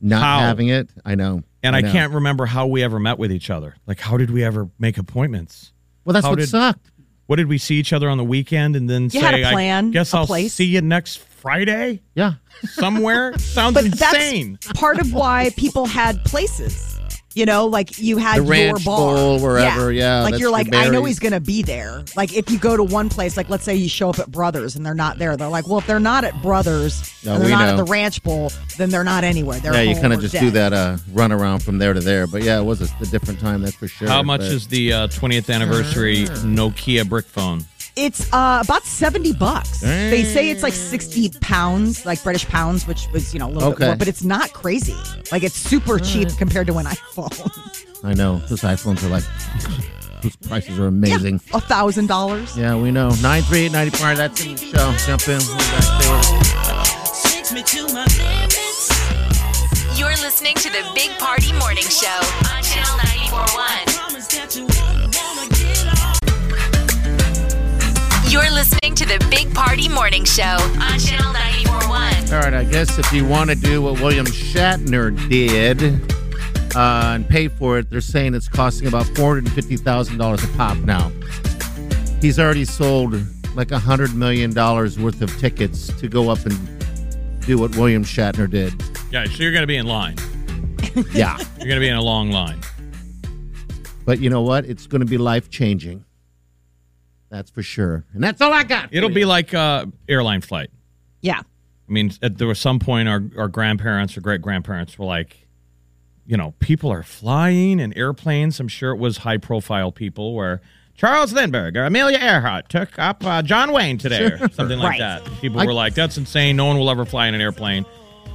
Speaker 4: Not
Speaker 5: How?
Speaker 4: having it, I know.
Speaker 5: And I,
Speaker 4: know.
Speaker 5: can't remember how we ever met with each other. Like, how did we ever make appointments?
Speaker 4: Well, that's
Speaker 5: how
Speaker 4: what
Speaker 5: did-
Speaker 4: sucked.
Speaker 5: What did we see each other on the weekend and then
Speaker 6: You
Speaker 5: say,
Speaker 6: had a plan,
Speaker 5: I guess
Speaker 6: a
Speaker 5: I'll
Speaker 6: place.
Speaker 5: see you next Friday
Speaker 4: Yeah.
Speaker 5: somewhere? Sounds
Speaker 6: But
Speaker 5: insane.
Speaker 6: that's part of why people had places. You know, like you had
Speaker 4: The
Speaker 6: your
Speaker 4: Ranch
Speaker 6: bar,
Speaker 4: Bowl, wherever, yeah,
Speaker 6: like
Speaker 4: that's
Speaker 6: you're
Speaker 4: the
Speaker 6: like, I know
Speaker 4: berries.
Speaker 6: he's gonna be there. Like if you go to one place, like let's say you show up at Brothers and they're not there, they're like, well, if they're not at Brothers,
Speaker 4: No,
Speaker 6: and they're
Speaker 4: we
Speaker 6: not at
Speaker 4: know.
Speaker 6: the Ranch Bowl, then they're not anywhere. They're
Speaker 4: yeah, you
Speaker 6: kind of
Speaker 4: just do that uh, run around from there to there. But yeah, it was a, a different time, that's for sure.
Speaker 5: How much
Speaker 4: but-
Speaker 5: is the uh, 20th anniversary Nokia brick phone?
Speaker 6: It's uh, about seventy bucks. They say it's like sixty pounds, like British pounds, which was you know a little bit
Speaker 4: Mm. Okay. Mm.
Speaker 6: more, but it's not crazy. Like it's super cheap compared to an iPhone,
Speaker 4: I know. Those iPhones are like, those prices are amazing.
Speaker 6: a thousand dollars.
Speaker 4: Yeah, we know. 938 95, that's in the show. Jump in. We'll be back. Stay with us.
Speaker 3: Takes me to my limits. You're listening to the Big Party Morning Show on Channel 941. You're listening to the Big Party Morning Show on Channel 941.
Speaker 4: All right, I guess if you want to do what William Shatner did uh, and pay for it, they're saying it's costing about $450,000 a pop now. He's already sold like $100 million worth of tickets to go up and do what William Shatner did.
Speaker 5: Yeah, so you're going to be in line.
Speaker 4: Yeah.
Speaker 5: You're going to be in a long line.
Speaker 4: but you know what? It's going to be life changing. That's for sure. And that's all I got.
Speaker 5: It'll be like uh, airline flight.
Speaker 6: Yeah.
Speaker 5: I mean, at, there was some point our, our grandparents or great grandparents were like, you know, people are flying in airplanes. I'm sure it was high profile people where Charles Lindbergh or Amelia Earhart took up uh, John Wayne today or something like
Speaker 6: Right.
Speaker 5: that. People
Speaker 4: I-
Speaker 5: were like, that's insane. No one will ever fly in an airplane.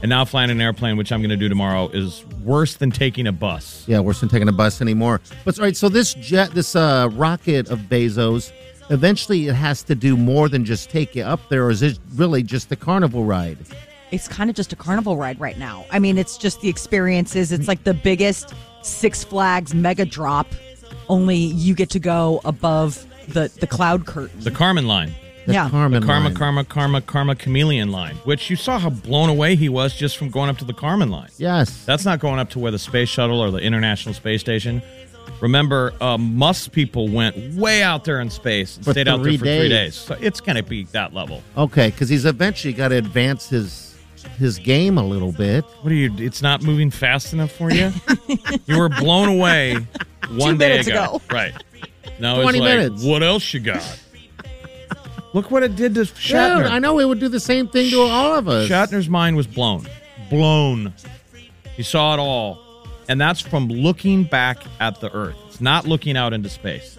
Speaker 5: And now flying in an airplane, which I'm going to do tomorrow, is worse than taking a bus.
Speaker 4: Yeah, worse than taking a bus anymore. But all right, so this jet, this uh, rocket of Bezos, eventually it has to do more than just take you up there. Or is it really just the carnival ride?
Speaker 6: it's kind of just a carnival ride right now. I mean, it's just the experiences. It's like the biggest Six Flags mega drop, only you get to go above the the cloud curtain.
Speaker 5: The Carmen line.
Speaker 6: The Yeah. Carmen
Speaker 5: the Karma,
Speaker 6: line.
Speaker 5: Karma, Karma, Karma Chameleon line, which you saw how blown away he was just from going up to the Carmen line.
Speaker 4: Yes.
Speaker 5: That's not going up to where the space shuttle or the International Space Station. Remember, uh, Musk people went way out there in space and
Speaker 4: For
Speaker 5: stayed out there
Speaker 4: three
Speaker 5: for three
Speaker 4: days.
Speaker 5: days. So it's going to be that level.
Speaker 4: Okay, because he's eventually got to advance his his game a little bit.
Speaker 5: What are you? It's not moving fast enough for you. you were blown away one day
Speaker 4: minutes ago.
Speaker 5: right? Now
Speaker 4: 20
Speaker 5: it's like,
Speaker 4: minutes.
Speaker 5: what else you got? Look what it did to Shatner.
Speaker 4: Dude, I know it would do the same thing to all of us.
Speaker 5: Shatner's mind was blown. Blown. He saw it all. And that's from looking back at the Earth. It's not looking out into space.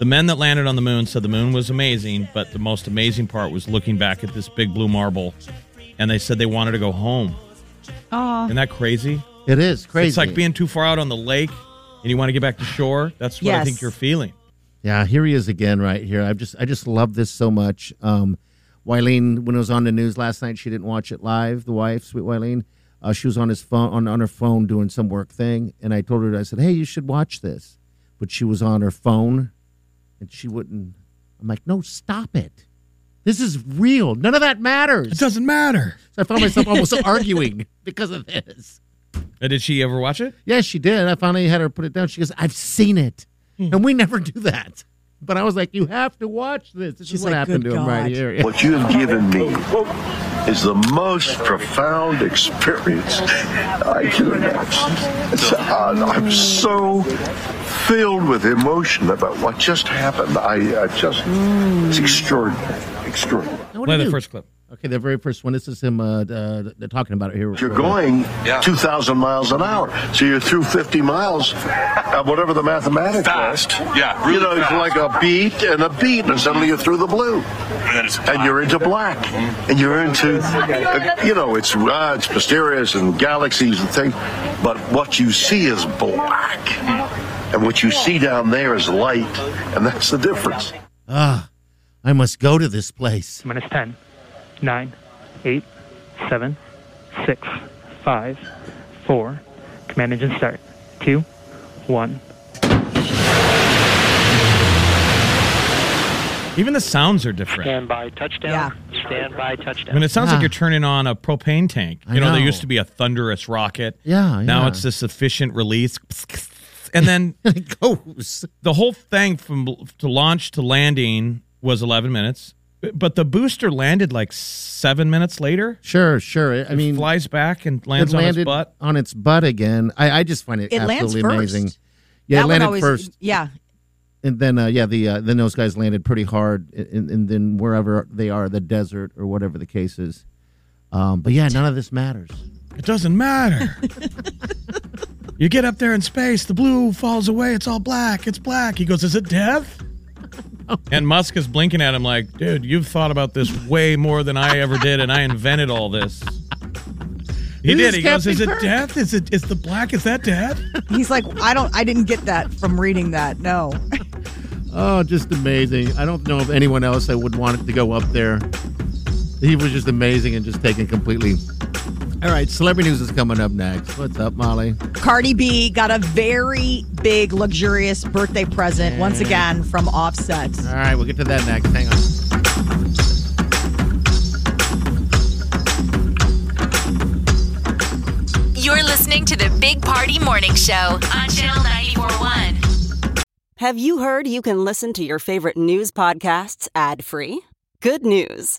Speaker 5: The men that landed on the moon said the moon was amazing, but the most amazing part was looking back at this big blue marble. And they said they wanted to go home.
Speaker 6: Oh,
Speaker 5: Isn't that crazy?
Speaker 4: It is crazy.
Speaker 5: It's like being too far out on the lake and you want to get back to shore. That's what I
Speaker 6: Yes.
Speaker 5: think you're feeling.
Speaker 4: Yeah, here he is again, right here. I just I just love this so much. Um, Wileen, when it was on the news last night, she didn't watch it live. The wife, sweet Wileen, uh, she was on his phone on, on her phone doing some work thing, and I told her I said, "Hey, you should watch this," but she was on her phone, and she wouldn't. I'm like, "No, stop it! This is real. None of that matters."
Speaker 9: It doesn't matter.
Speaker 4: So I found myself almost arguing because of this.
Speaker 5: Uh, Did she ever watch it?
Speaker 4: Yes, she did. I finally had her put it down. She goes, I've seen it.
Speaker 6: Hmm.
Speaker 4: And we never do that. But I was like, you have to watch this. This
Speaker 6: She's
Speaker 4: is what
Speaker 6: like,
Speaker 4: happened
Speaker 6: "Good
Speaker 4: to him right
Speaker 6: God."
Speaker 4: here.
Speaker 8: What you have given me is the most profound experience I can imagine. It's- and I'm so filled with emotion about what just happened. I, I just, it's extraordinary. Extraordinary.
Speaker 4: Now, what do
Speaker 5: Play
Speaker 4: you
Speaker 5: the
Speaker 4: do?
Speaker 5: first clip.
Speaker 4: Okay, the very first one. This is him uh, uh, they're talking about it here.
Speaker 8: You're going 2,000 miles an hour. So you're through 50 miles, uh, whatever the mathematics
Speaker 11: Fast.
Speaker 8: is.
Speaker 11: Yeah, really
Speaker 8: You know, it's
Speaker 11: fast.
Speaker 8: like a beat and a beat, and suddenly you're through the blue.
Speaker 11: And then it's Mm-hmm.
Speaker 8: and you're into black, and you're into, uh, you know, it's uh, it's mysterious and galaxies and things, but what you see is black, and what you see down there is light, and that's the difference.
Speaker 4: Ah, I must go to this place.
Speaker 12: Minus 10, 9, 8, 7, 6, 5, 4. Command engine start. 2, 1.
Speaker 5: Even the sounds are different.
Speaker 12: Stand by touchdown. Stand by touchdown.
Speaker 5: I mean, it sounds like
Speaker 4: Yeah.
Speaker 5: you're turning on a propane tank.
Speaker 4: I
Speaker 5: You know, there
Speaker 4: know.
Speaker 5: used to be a thunderous rocket.
Speaker 4: Yeah,
Speaker 5: Now
Speaker 4: yeah.
Speaker 5: it's this efficient release. And then
Speaker 4: it goes.
Speaker 5: the whole thing from to launch to landing was 11 minutes, but the booster landed like seven minutes later.
Speaker 4: Sure, sure. I mean,
Speaker 5: Flies back and lands
Speaker 4: it
Speaker 5: on its
Speaker 4: landed
Speaker 5: butt.
Speaker 4: on its butt again. I, I just find it,
Speaker 6: It lands
Speaker 4: absolutely
Speaker 6: first.
Speaker 4: amazing.
Speaker 6: that
Speaker 4: Yeah, it
Speaker 6: one
Speaker 4: landed
Speaker 6: always-
Speaker 4: first.
Speaker 6: Yeah,
Speaker 4: and then uh, yeah, the uh, then those guys landed pretty hard, and, and then wherever they are, the desert or whatever the case is. Um, but yeah, none of this matters.
Speaker 9: It doesn't matter. you get up there in space, the blue falls away, it's all black, it's black. He goes, Is it death?
Speaker 5: And Musk is blinking at him like, dude, you've thought about this way more than I ever did, and I invented all this. He
Speaker 4: This
Speaker 5: did.
Speaker 4: is
Speaker 5: He goes,
Speaker 4: Captain
Speaker 5: is it
Speaker 4: Kirk."
Speaker 5: death?
Speaker 9: Death? Is it is the black? Is that death?
Speaker 6: he's like, I don't, I didn't get that from reading that. No,
Speaker 4: Oh, just amazing. I don't know of anyone else that would want it to go up there. He was just amazing and just taken completely. All right, celebrity news is coming up next. What's up, Molly?
Speaker 6: Cardi B got a very big, luxurious birthday present once again from Offset.
Speaker 4: All right, we'll get to that next. Hang on.
Speaker 3: You're listening to the Big Party Morning Show on Channel 941.
Speaker 13: Have you heard you can listen to your favorite news podcasts ad free? Good news!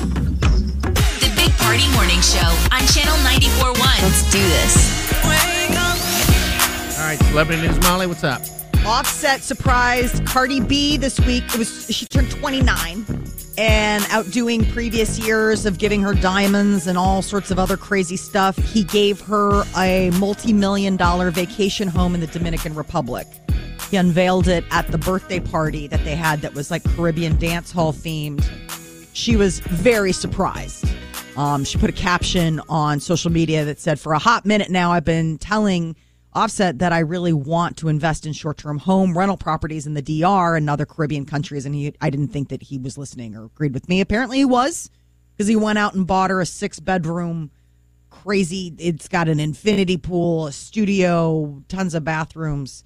Speaker 3: The Big Party Morning Show on Channel 941. Let's do this.
Speaker 4: right, celebrity news, Molly. What's up?
Speaker 6: Offset surprised Cardi B this week. It was she turned 29 and outdoing previous years of giving her diamonds and all sorts of other crazy stuff. He gave her a multi-million dollar vacation home in the Dominican Republic. He unveiled it at the birthday party that they had that was like Caribbean dance hall themed. She was very surprised. Um, she put a caption on social media that said, For a hot minute now, I've been telling Offset that I really want to invest in short term home rental properties in the DR and other Caribbean countries. And he, I didn't think that he was listening or agreed with me. Apparently, he was because he went out and bought her a six bedroom crazy. It's got an infinity pool, a studio, tons of bathrooms.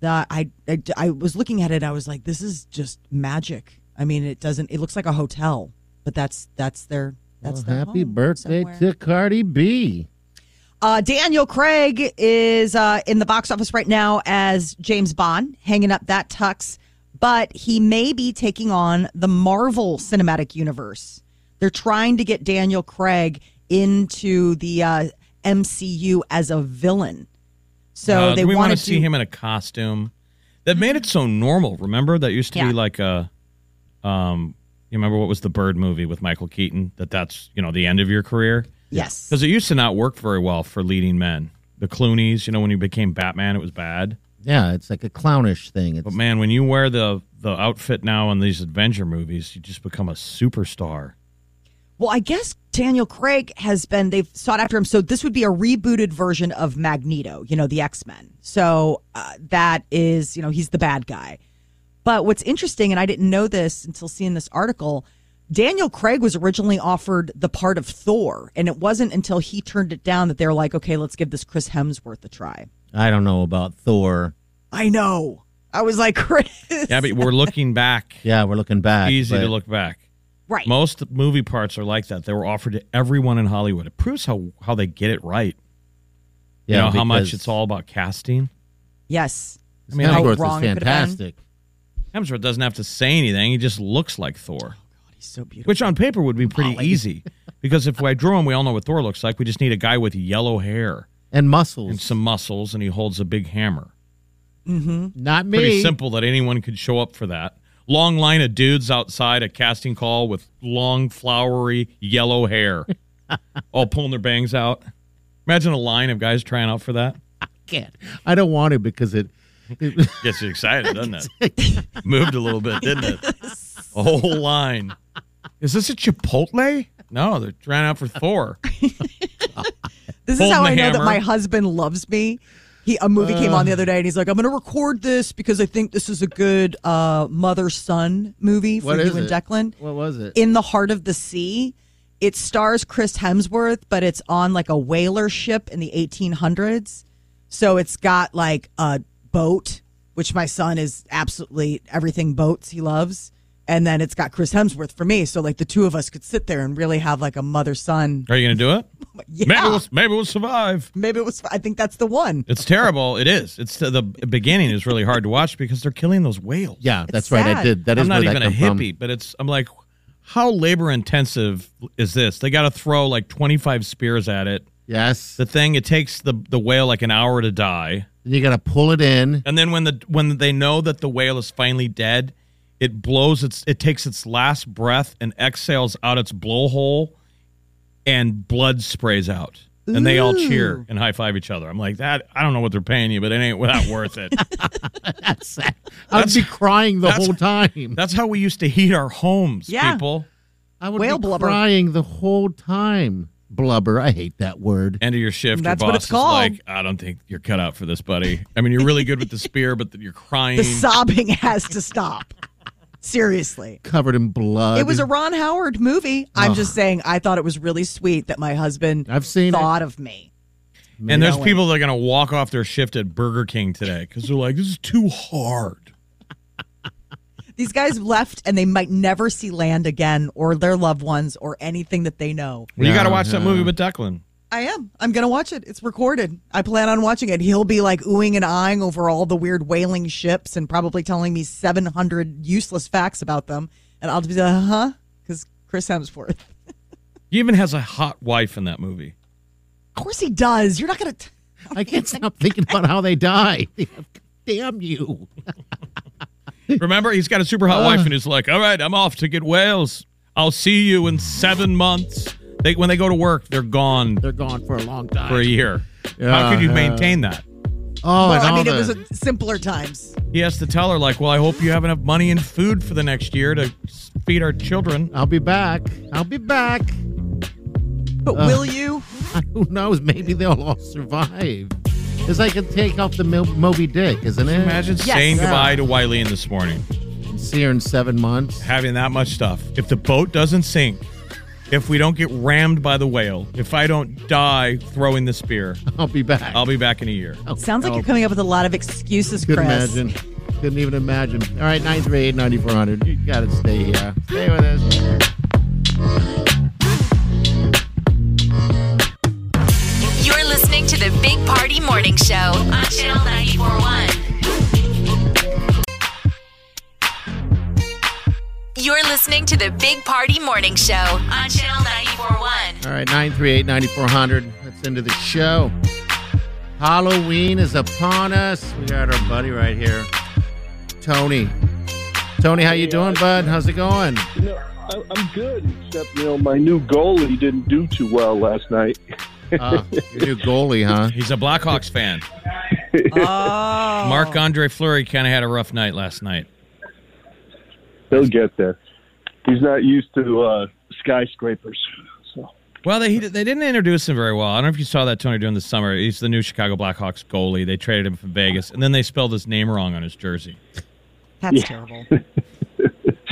Speaker 6: The, I, I, I was looking at it. I was like, this is just magic. I mean, it doesn't. It looks like a hotel, but that's that's their that's
Speaker 4: Well,
Speaker 6: their
Speaker 4: happy
Speaker 6: home
Speaker 4: birthday
Speaker 6: somewhere.
Speaker 4: to Cardi B.
Speaker 6: Uh, Daniel Craig is uh, in the box office right now as James Bond, hanging up that tux, but he may be taking on the Marvel Cinematic Universe. They're trying to get Daniel Craig into the uh, MCU as a villain. So
Speaker 5: Uh,
Speaker 6: they
Speaker 5: do we
Speaker 6: want
Speaker 5: to see him in a costume. That made it so normal. Remember that used to
Speaker 6: Yeah.
Speaker 5: be like a, um, you remember what was the Bird movie with Michael Keaton? That that's you know the end of your career.
Speaker 6: Yes.
Speaker 5: because it used to not work very well for leading men. The Clooney's, you know, when you became Batman, it was bad.
Speaker 4: Yeah, it's like a clownish thing. It's
Speaker 5: But man, when you wear the the outfit now in these adventure movies, you just become a superstar.
Speaker 6: Well, I guess Daniel Craig has been, they've sought after him. So this would be a rebooted version of Magneto, you know, the X Men. So uh, that is, you know, he's the bad guy. But what's interesting, and I didn't know this until seeing this article, Daniel Craig was originally offered the part of Thor. And it wasn't until he turned it down that they were like, okay, let's give this Chris Hemsworth a try.
Speaker 4: I don't know about Thor.
Speaker 6: I know. I was like, Chris.
Speaker 5: Yeah, but we're looking back.
Speaker 4: Yeah, we're looking back.
Speaker 5: Easy to
Speaker 4: but-
Speaker 5: look back.
Speaker 6: Right.
Speaker 5: Most movie parts are like that. They were offered to everyone in Hollywood. It proves how how they get it right.
Speaker 4: Yeah,
Speaker 5: you know how much
Speaker 4: because-
Speaker 5: it's all about casting.
Speaker 6: Yes.
Speaker 5: I mean,
Speaker 4: Hemsworth
Speaker 5: how
Speaker 4: is
Speaker 5: wrong it could've been.
Speaker 4: fantastic.
Speaker 5: Hemsworth doesn't have to say anything. He just looks like Thor.
Speaker 6: he's so beautiful.
Speaker 5: Which on paper would be pretty easy because if I drew him, we all know what Thor looks like. We just need a guy with yellow hair
Speaker 4: and muscles
Speaker 5: and some muscles, and he holds a big hammer.
Speaker 6: Mm-hmm.
Speaker 4: Not me.
Speaker 5: Pretty simple that anyone could show up for that. Long line of dudes outside a casting call with long, flowery, yellow hair, all pulling their bangs out. Imagine a line of guys trying out for that.
Speaker 4: Can't. I don't want to because it. it-
Speaker 5: Gets you excited, doesn't it? Moved a little bit, didn't it? A whole line. Is this a Chipotle? No, they're trying out for Thor.
Speaker 6: This is
Speaker 5: Holding
Speaker 6: how
Speaker 5: the
Speaker 6: I know
Speaker 5: hammer.
Speaker 6: that my husband loves me. He a movie came on the other day and he's like, I'm gonna record this because I think this is a good uh, mother son movie for
Speaker 4: What
Speaker 6: you
Speaker 4: is
Speaker 6: and
Speaker 4: it?
Speaker 6: Declan.
Speaker 4: What was it?
Speaker 6: In the Heart of the Sea. It stars Chris Hemsworth, but it's on like a whaler ship in the 1800s. So it's got like a boat, which my son is absolutely everything boats he loves. And then it's got Chris Hemsworth for me. So like the two of us could sit there and really have like a mother son.
Speaker 5: Are you going to do it?
Speaker 6: Yeah.
Speaker 5: Maybe we'll, maybe we'll survive.
Speaker 6: Maybe it was, I think that's the one.
Speaker 5: It's terrible. It is. It's the, the beginning is really hard to watch because they're killing those whales.
Speaker 4: Yeah, that's right. I did. That is
Speaker 5: I'm not
Speaker 4: where
Speaker 5: even
Speaker 4: that
Speaker 5: a
Speaker 4: come
Speaker 5: hippie, but it's. I'm like, how labor intensive is this? They got to throw like 25 spears at it.
Speaker 4: Yes.
Speaker 5: The thing it takes the the whale like an hour to die.
Speaker 4: You got to pull it in.
Speaker 5: And then when the when they know that the whale is finally dead, it blows its it takes its last breath and exhales out its blowhole and blood sprays out. And they all cheer and high five each other. I'm like, that I don't know what they're paying you, but it ain't not worth it.
Speaker 4: that's sad. I'd be crying the
Speaker 5: that's-
Speaker 4: whole time.
Speaker 5: That's how we used to heat our homes,
Speaker 4: Yeah.
Speaker 5: people.
Speaker 4: I would
Speaker 6: Whale
Speaker 4: be
Speaker 6: blubber.
Speaker 4: crying the whole time. Blubber. I hate that word.
Speaker 5: End of your shift,
Speaker 6: That's
Speaker 5: your
Speaker 6: what
Speaker 5: boss
Speaker 6: it's
Speaker 5: is
Speaker 6: called.
Speaker 5: like, I don't think you're cut out for this, buddy. I mean, you're really good with the spear, but you're crying.
Speaker 6: The sobbing has to stop. Seriously.
Speaker 4: Covered in blood.
Speaker 6: it was a Ron Howard movie. I'm
Speaker 4: Ugh.
Speaker 6: just saying, I thought it was really sweet that my husband
Speaker 4: I've seen
Speaker 6: thought of me.
Speaker 5: and there's
Speaker 6: Yelling.
Speaker 5: people that are going to walk off their shift at Burger King today because they're like, this is too hard.
Speaker 6: These guys left and they might never see land again or their loved ones or anything that they know.
Speaker 5: Well, you got to watch that movie with Declan.
Speaker 6: I am. I'm going to watch it. It's recorded. I plan on watching it. He'll be like oohing and eyeing over all the weird whaling ships and probably telling me 700 useless facts about them. And I'll just be like, huh? Because Chris Hemsworth. Of
Speaker 5: He even has a hot wife in that movie.
Speaker 6: course he does. You're not going to.
Speaker 4: I can't stop thinking about how they die. Damn you.
Speaker 5: Remember, he's got a super hot
Speaker 4: Uh.
Speaker 5: wife, and he's like, "All right, I'm off to get whales. I'll see you in seven months." They when they go to work, they're gone
Speaker 4: They're gone for a long time.
Speaker 5: for a year. How
Speaker 4: Yeah,
Speaker 5: could you
Speaker 4: yeah.
Speaker 5: maintain that?
Speaker 4: Oh,
Speaker 6: well,
Speaker 4: and
Speaker 6: I
Speaker 4: all
Speaker 6: mean,
Speaker 4: the-
Speaker 6: it was a simpler times.
Speaker 5: He has to tell her, like, "Well, I hope you have enough money and food for the next year to s- feed our children."
Speaker 4: I'll be back. I'll be back.
Speaker 6: But
Speaker 4: Uh,
Speaker 6: will you?
Speaker 4: Who knows? Maybe they'll all survive. It's like a take off the Mo- Moby Dick, isn't it?
Speaker 5: Imagine saying goodbye to Wileen this morning,
Speaker 4: See her in seven months.
Speaker 5: having that much stuff. If the boat doesn't sink, if we don't get rammed by the whale, if I don't die throwing the spear,
Speaker 4: I'll be back.
Speaker 5: I'll be back in a year.
Speaker 6: Sounds like
Speaker 5: Oh.
Speaker 6: you're coming up with a lot of excuses,
Speaker 4: Couldn't
Speaker 6: Chris.
Speaker 4: imagine. Couldn't even imagine. All right, 938 9400. You got to stay here. Stay with us.
Speaker 3: You're listening to the Big Party Morning Show on Channel 941. You're listening to the Big Party Morning Show on Channel 941.
Speaker 4: All right, 938 9400. Let's into the show. Halloween is upon us. We got our buddy right here, Tony. Tony, how you doing, bud? How's it going?
Speaker 11: You know, I, I'm good, except you know my new goalie didn't do too well last night.
Speaker 4: Ah, your new goalie, huh?
Speaker 5: He's a Blackhawks fan.
Speaker 6: Oh.
Speaker 5: Mark Andre Fleury kind of had a rough night last night.
Speaker 11: He'll get there. He's not used to uh, skyscrapers. So
Speaker 5: Well, they he, they didn't introduce him very well. I don't know if you saw that Tony during the summer. He's the new Chicago Blackhawks goalie. They traded him from Vegas, and then they spelled his name wrong on his jersey
Speaker 6: That's terrible.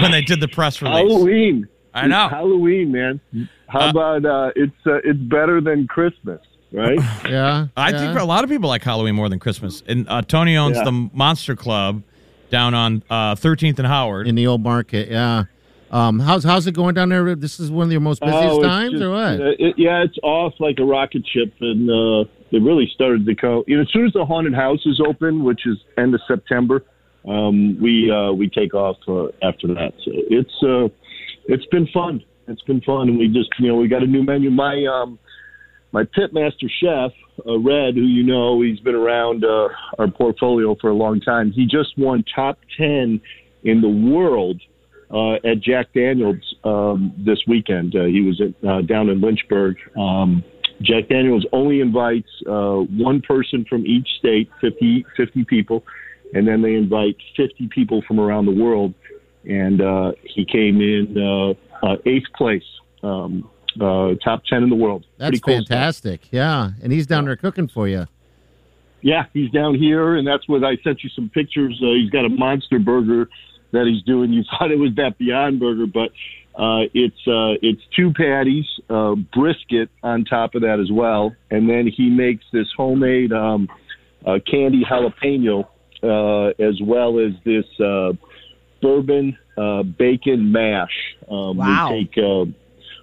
Speaker 5: when they did the press
Speaker 11: Oh,
Speaker 5: release.
Speaker 11: Halloween.
Speaker 5: I know.
Speaker 11: It's Halloween, man. How about uh, it's uh, it's better than Christmas, right?
Speaker 4: Yeah.
Speaker 5: I think a lot of people like Halloween more than Christmas. And uh, Tony owns
Speaker 11: Yeah.
Speaker 5: the Monster Club down on uh, 13th and Howard.
Speaker 4: In the old market, yeah. Um, how's how's it going down there? This is one of your most busiest
Speaker 11: Oh, it's
Speaker 4: times,
Speaker 11: just-
Speaker 4: or what?
Speaker 11: uh, it- yeah, it's off like a rocket ship, and uh, it really started to go. You know, as soon as the haunted house is open, which is end of September, um, we uh, we take off uh, after that. So it's uh, it's been fun. It's been fun, and we just you know we got a new menu. My um, my pitmaster chef, uh, Red, who you know, he's been around uh, our portfolio for a long time. He just won top ten in the world uh, at Jack Daniels um, this weekend. Uh, he was at, uh, down in Lynchburg. Um, Jack Daniels only invites uh, one person from each state, 50, 50 people, and then they invite 50 people from around the world. And uh, he came in uh, uh, eighth place, um, uh, top 10 in the world.
Speaker 4: That's
Speaker 11: Pretty cool stuff.
Speaker 4: fantastic. Yeah, and he's down there cooking for you.
Speaker 11: Yeah, he's down here, and that's what I sent you some pictures. Uh, he's got a monster burger that he's doing. You thought it was that Beyond Burger, but uh, it's uh, it's two patties, uh, brisket on top of that as well, and then he makes this homemade um, uh, candy jalapeno uh, as well as this uh, bourbon uh, bacon mash. Um,
Speaker 14: Wow.
Speaker 11: We take uh,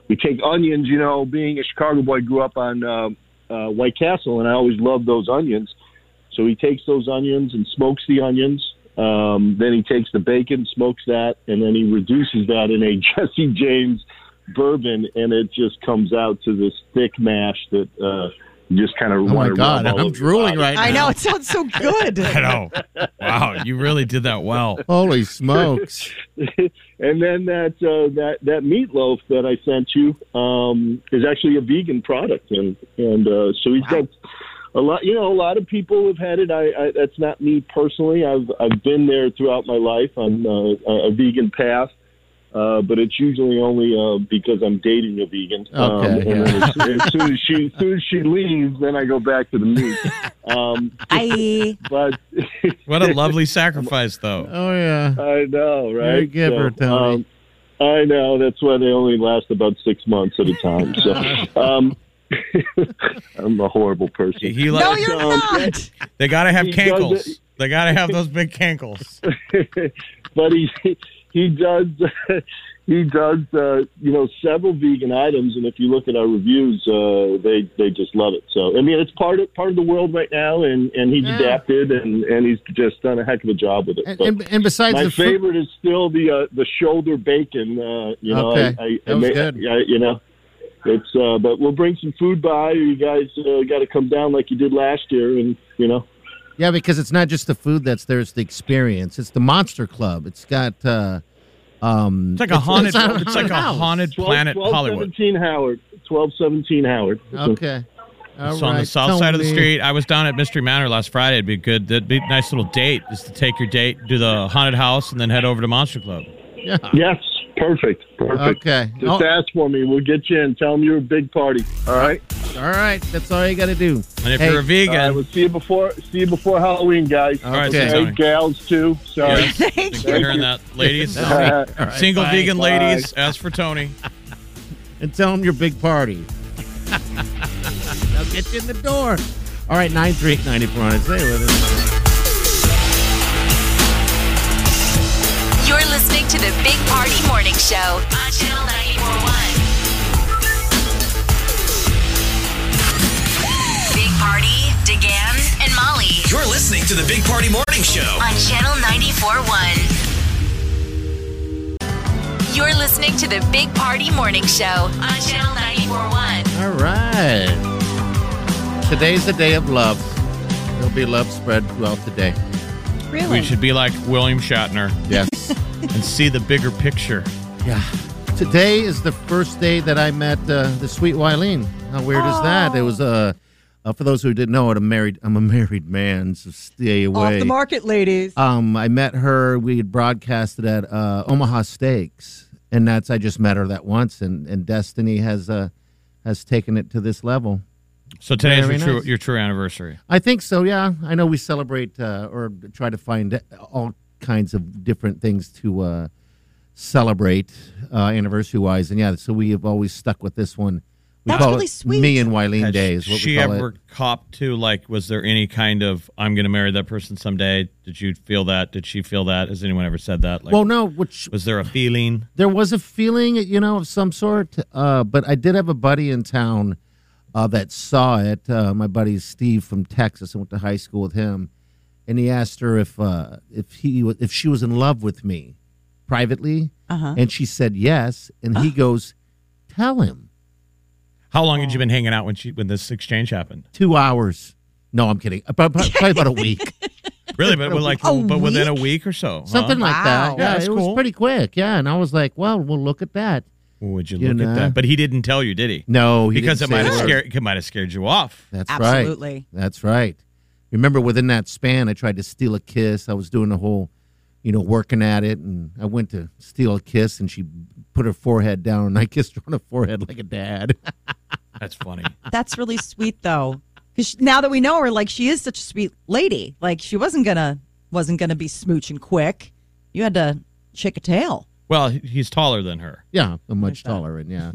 Speaker 11: we take onions. You know, being a Chicago boy, grew up on uh, uh, White Castle, and I always loved those onions. So he takes those onions and smokes the onions. Um, then he takes the bacon, smokes that, and then he reduces that in a Jesse James bourbon, and it just comes out to this thick mash that uh, you just kind of.
Speaker 4: Oh my God, I'm drooling right now.
Speaker 6: I know it sounds so good.
Speaker 5: I know. Wow, you really did that well.
Speaker 4: Holy smokes!
Speaker 11: and then that uh, that that meatloaf that I sent you um, is actually a vegan product, and and uh, so he's got a lot. You know, a lot of people have had it. I, I that's not me personally. I've I've been there throughout my life on uh, a a vegan path. Uh, but it's usually only uh, because I'm dating a vegan. Um,
Speaker 4: Okay,
Speaker 11: and then
Speaker 4: yeah.
Speaker 11: as, as soon as she as soon as she leaves, then I go back to the meat. Um, but
Speaker 5: What a lovely sacrifice, though.
Speaker 4: Oh yeah.
Speaker 11: I know, right?
Speaker 5: You're a giver, Tony.
Speaker 11: um, I know. That's why they only last about six months at a time. So, um, I'm a horrible person.
Speaker 5: He No, likes- you're
Speaker 11: not.
Speaker 5: They got to have
Speaker 11: He does
Speaker 5: cankles.
Speaker 11: it-
Speaker 5: They got to have those big cankles.
Speaker 11: but he he does he does uh, you know several vegan items, and if you look at our reviews, uh, they they just love it. So I mean, it's part of part of the world right now, and and he's adapted, and and he's just done a heck of a job with it.
Speaker 4: And,
Speaker 11: But-
Speaker 4: and, and besides
Speaker 11: my
Speaker 4: the food,
Speaker 11: favorite is still the uh, the shoulder bacon. Uh, you know,
Speaker 4: Okay.
Speaker 11: I, I,
Speaker 4: That
Speaker 11: I ma-
Speaker 4: was good.
Speaker 11: I- you know, It's uh, but we'll bring some food by. You guys uh, got to come down like you did last year, and you know.
Speaker 4: Yeah, because it's not just the food that's there; it's the experience. It's the Monster Club. It's got. Uh, um,
Speaker 5: It's like a haunted. It's,
Speaker 4: not
Speaker 5: like a
Speaker 4: house.
Speaker 5: haunted planet Hollywood.
Speaker 11: 17 Howard. 1217 Howard.
Speaker 4: Okay.
Speaker 5: It's on the south side of the street. I was down at Mystery Manor last Friday. It'd be good. That'd be a nice little date, is to take your date, do the haunted house, and then head over to Monster Club.
Speaker 4: Yeah.
Speaker 11: Yes. Perfect. Perfect.
Speaker 4: Okay.
Speaker 11: Just
Speaker 4: Oh.
Speaker 11: ask for me. We'll get you in. Tell them you're a big party. All right.
Speaker 4: All right. That's all you got to do.
Speaker 5: And if
Speaker 4: Hey.
Speaker 5: you're a vegan,
Speaker 11: All right, we'll see you before see you before Halloween, guys.
Speaker 4: All right, thanks, Tony.
Speaker 11: gals too. Sorry.
Speaker 5: Yes. Thanks for hearing that, ladies.
Speaker 4: All right. All right,
Speaker 5: Single
Speaker 4: bye.
Speaker 5: vegan
Speaker 4: Bye.
Speaker 5: ladies. Ask for Tony.
Speaker 4: and tell them your big party. They'll get you in the door. All right, 938 9400. Stay with us.
Speaker 3: You're listening to the Big Party Morning Show on Channel 941. Big Party, DeGan, and Molly
Speaker 7: You're listening to the Big Party Morning Show.
Speaker 3: on Channel 941. You're listening to the Big Party Morning Show on Channel 941.
Speaker 4: All right. Today's the day of love. There'll be love spread throughout the day.
Speaker 5: We should be like William Shatner.
Speaker 4: Yes.
Speaker 5: and see the bigger picture.
Speaker 4: Yeah. Today is the first day that I met uh, the sweet Wileen. How weird is that? It was Uh, uh, for those who didn't know it, I'm married. I'm a married man, so stay away.
Speaker 6: Off the market, ladies.
Speaker 5: Uh,
Speaker 4: Um, I met her. We had broadcasted at uh, Omaha Steaks, and that's I just met her that once, and, and Destiny has uh, has taken it to this level.
Speaker 5: So today's
Speaker 4: Very
Speaker 5: your true
Speaker 4: nice.
Speaker 5: your true anniversary.
Speaker 4: I think so. Yeah, I know we celebrate uh, or try to find all kinds of different things to uh, celebrate uh, anniversary wise, and yeah, so we have always stuck with this one. We
Speaker 6: That's
Speaker 4: call
Speaker 6: really
Speaker 4: it
Speaker 6: sweet.
Speaker 4: Me and Wileen
Speaker 5: Has
Speaker 4: Day is what
Speaker 5: she
Speaker 4: we call
Speaker 5: ever
Speaker 4: it.
Speaker 5: copped to like was there any kind of I'm gonna marry that person someday? Did you feel that? Did she feel that? Has anyone ever said that? Like
Speaker 4: well, no, which
Speaker 5: was there a feeling?
Speaker 4: there was a feeling, you know, of some sort. Uh, but I did have a buddy in town uh, that saw it. Uh, my buddy Steve from Texas. I went to high school with him, and he asked her if uh, if he wa- if she was in love with me privately,
Speaker 6: Uh-huh.
Speaker 4: and she said yes. And he goes, "Tell him."
Speaker 5: How long had you
Speaker 4: Oh.
Speaker 5: been hanging out when she when this exchange happened?
Speaker 4: Two hours. No, I'm kidding. About, about- probably about a week,
Speaker 5: Really, but with, like
Speaker 4: A
Speaker 5: but within a week or so. huh?
Speaker 4: something like that.
Speaker 5: Yeah,
Speaker 4: Yeah,
Speaker 5: that's
Speaker 4: it was
Speaker 5: cool.
Speaker 4: pretty quick. Yeah, and I was like, "Well, well, look at that."
Speaker 5: Would you,
Speaker 4: You
Speaker 5: look
Speaker 4: know?
Speaker 5: at that? But he didn't tell you, did he?
Speaker 4: No, he
Speaker 5: because it
Speaker 4: didn't say
Speaker 5: might have
Speaker 4: a word.
Speaker 5: scared it might have scared you off.
Speaker 4: That's
Speaker 6: Absolutely.
Speaker 4: right. That's right. Remember, within that span, I tried to steal a kiss. I was doing the whole, you know, working at it, and I went to steal a kiss, and she put her forehead down, and I kissed her on the forehead like a dad.
Speaker 5: That's funny.
Speaker 6: That's really sweet, though. 'Cause now that we know her, like she is such a sweet lady. Like she wasn't gonna wasn't gonna be smooching quick. You had to shake a tail.
Speaker 5: Well, he- he's taller than her.
Speaker 4: yeah, I'm much taller, and yeah,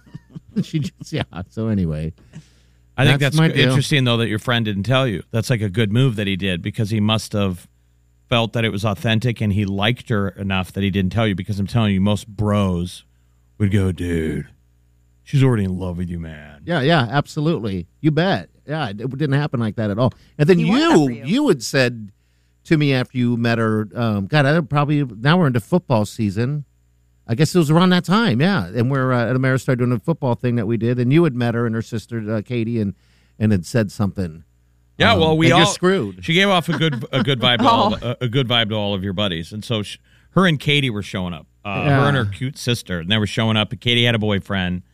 Speaker 4: she just yeah. So anyway,
Speaker 5: I think that's,
Speaker 4: my deal.
Speaker 5: interesting though that your friend didn't tell you. That's like a good move that he did because he must have felt that it was authentic and he liked her enough that he didn't tell you because I'm telling you most bros would go, "Dude, she's already in love with you, man."
Speaker 4: Yeah, yeah, absolutely. You bet. Yeah, it didn't happen like that at all. And then you, you, had said to me after you met her, um, God, I probably now we're into football season. I guess it was around that time, yeah. And we're uh, at Ameristar doing a football thing that we did, and you had met her and her sister uh, Katie, and and had said something.
Speaker 5: Yeah,
Speaker 4: Um,
Speaker 5: well, we
Speaker 4: and
Speaker 5: all
Speaker 4: you're screwed.
Speaker 5: She gave off a good a good vibe to
Speaker 4: Oh.
Speaker 5: all, a, a good vibe to all of your buddies, and so sh her and Katie were showing up. Uh, Her
Speaker 4: Yeah.
Speaker 5: and her cute sister, and they were showing up. And Katie had a boyfriend,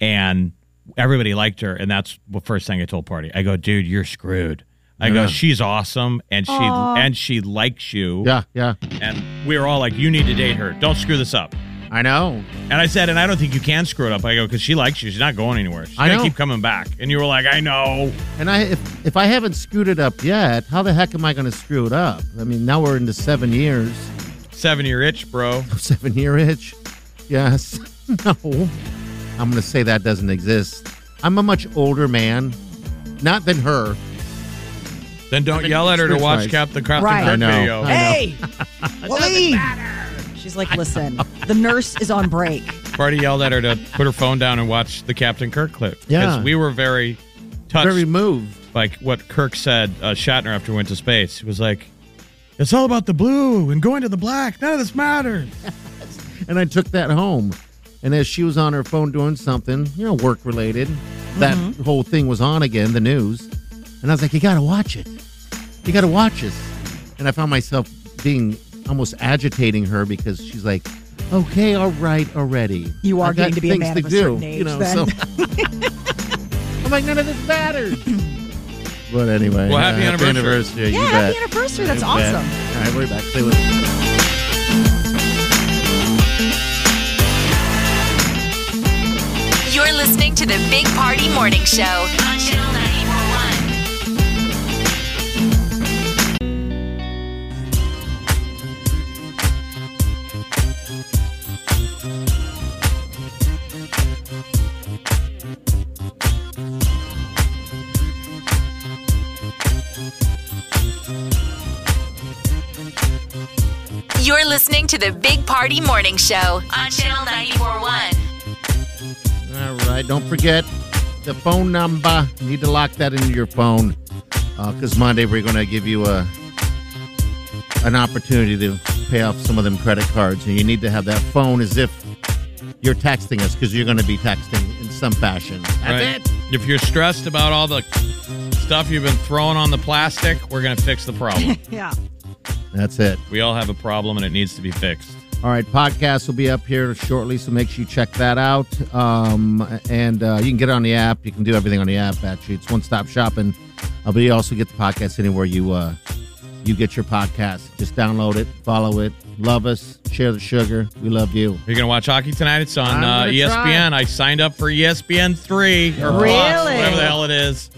Speaker 5: and everybody liked her. And that's the first thing I told party. I go, dude, you're screwed. I go,
Speaker 4: Yeah.
Speaker 5: she's awesome, and she
Speaker 4: Aw.
Speaker 5: and she likes you.
Speaker 4: Yeah, yeah.
Speaker 5: And we were all like, you need to date her. Don't screw this up.
Speaker 4: I know.
Speaker 5: And I said, and I don't think you can screw it up. I go because she likes you. She's not going anywhere. She's
Speaker 4: I
Speaker 5: gonna
Speaker 4: know.
Speaker 5: keep coming back. And you were like, I know.
Speaker 4: And I, if, if I haven't screwed it up yet, how the heck am I going to screw it up? I mean, now we're into seven years,
Speaker 5: Seven year itch, bro.
Speaker 4: seven year itch. Yes. No. I'm going to say that doesn't exist. I'm a much older man, not than her.
Speaker 5: Then don't yell at her to watch Cap the Captain
Speaker 6: Right.
Speaker 4: I
Speaker 5: Kirk
Speaker 4: know,
Speaker 5: video.
Speaker 4: I
Speaker 6: Hey,
Speaker 4: know.
Speaker 6: Willie. She's like, listen, the nurse is on break.
Speaker 5: Party yelled at her to put her phone down and watch the Captain Kirk clip. 'Cause
Speaker 4: Yeah.
Speaker 5: we were very touched.
Speaker 4: Very moved.
Speaker 5: Like what Kirk said, uh, Shatner after he went to space. He was like, it's all about the blue and going to the black. None of this matters.
Speaker 4: And I took that home. And as she was on her phone doing something, you know, work related, that
Speaker 6: Mm-hmm.
Speaker 14: Mhm.
Speaker 4: whole thing was on again, the news. And I was like, you got to watch it. You got to watch this. And I found myself being almost agitating her because she's like, okay, all right, already.
Speaker 6: You
Speaker 4: I
Speaker 6: are
Speaker 4: got
Speaker 6: getting to be a
Speaker 4: things
Speaker 6: man
Speaker 4: to
Speaker 6: of a
Speaker 4: do,
Speaker 6: certain age.
Speaker 4: You know,
Speaker 6: then.
Speaker 4: so, I'm like, none of this matters. but anyway. uh,
Speaker 5: Well, happy anniversary.
Speaker 4: you
Speaker 6: Yeah, happy
Speaker 4: bet.
Speaker 6: anniversary. That's
Speaker 4: You
Speaker 6: awesome.
Speaker 4: bet. All right, we're back. Stay with us.
Speaker 3: You're listening to the Big Party Morning Show on Channel 941. You're listening to the Big Party Morning Show on Channel 941.
Speaker 4: All right. Don't forget the phone number. You need to lock that into your phone because Monday we're going to give you a an opportunity to pay off some of them credit cards, and you need to have that phone as if you're texting us because you're going to be texting in some fashion. That's it.
Speaker 5: If you're stressed about all the stuff you've been throwing on the plastic, we're going to fix the problem.
Speaker 6: yeah.
Speaker 4: That's it.
Speaker 5: We all have a problem and it needs to be fixed.
Speaker 4: All right, podcast will be up here shortly, so make sure you check that out. Um, and uh, you can get it on the app. You can do everything on the app. Actually, it's one stop shopping. Uh, but you also get the podcast anywhere you uh, you get your podcast. Just download it, follow it, love us, share the sugar. We love you.
Speaker 5: You're going to watch hockey tonight. It's on
Speaker 4: I'm
Speaker 5: uh,
Speaker 4: gonna
Speaker 5: ESPN. I signed up for E ESPN 3 or Plus,
Speaker 4: Really?
Speaker 5: whatever the hell it is.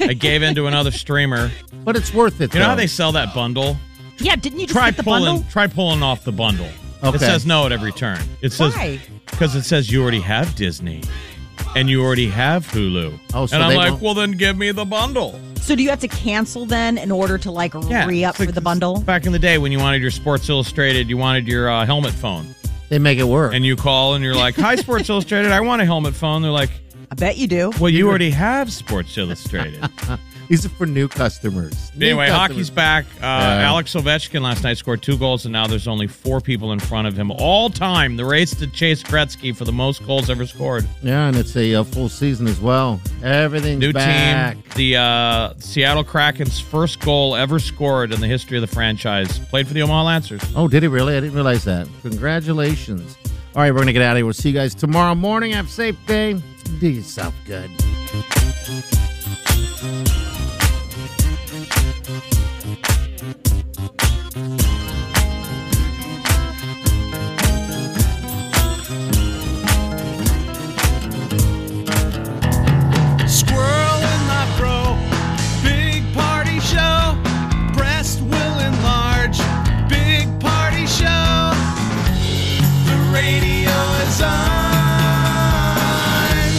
Speaker 5: I gave in to another streamer.
Speaker 4: But it's worth it.
Speaker 5: You know how
Speaker 4: though.
Speaker 5: they sell that bundle?
Speaker 6: Yeah, didn't you just
Speaker 5: try
Speaker 6: get the
Speaker 5: pulling,
Speaker 6: bundle?
Speaker 5: Try pulling off the bundle.
Speaker 4: Okay.
Speaker 5: It says no at every turn. It says
Speaker 6: Why?
Speaker 5: because it says you already have Disney, and you already have Hulu.
Speaker 4: Oh, so
Speaker 5: and I'm
Speaker 4: they
Speaker 5: like,
Speaker 4: don't-
Speaker 5: well, then give me the bundle.
Speaker 6: So do you have to cancel then in order to like
Speaker 5: Yeah,
Speaker 6: re up
Speaker 5: it's like
Speaker 6: for the bundle?
Speaker 5: Back in the day when you wanted your Sports Illustrated, you wanted your uh, helmet phone,
Speaker 4: They make it work.
Speaker 5: and you call and you're like, "Hi, Sports Illustrated, I want a helmet phone." They're like,
Speaker 6: I bet you do.
Speaker 5: "Well, you already have Sports Illustrated."
Speaker 4: These are for new customers. New
Speaker 5: anyway,
Speaker 4: customers.
Speaker 5: hockey's back. Uh,
Speaker 4: Yeah.
Speaker 5: Alex Ovechkin last night scored two goals, and now there's only four people in front of him all time. The race to chase Gretzky for the most goals ever scored.
Speaker 4: Yeah, and it's a, uh full season as well. Everything's
Speaker 5: New
Speaker 4: back.
Speaker 5: team. The uh, Seattle Kraken's first goal ever scored in the history of the franchise. Played for the Omaha Lancers.
Speaker 4: Oh, did he really? I didn't realize that. Congratulations. All right, we're going to get out of here. We'll see you guys tomorrow morning. Have a safe day. Do yourself good.
Speaker 1: Squirrel in my fro. Big party show. Breast will enlarge. Big party show. The radio is on.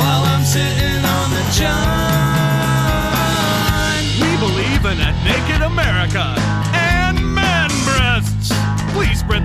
Speaker 1: While I'm sitting on the john.
Speaker 2: We believe in a naked America and man breasts. Please spread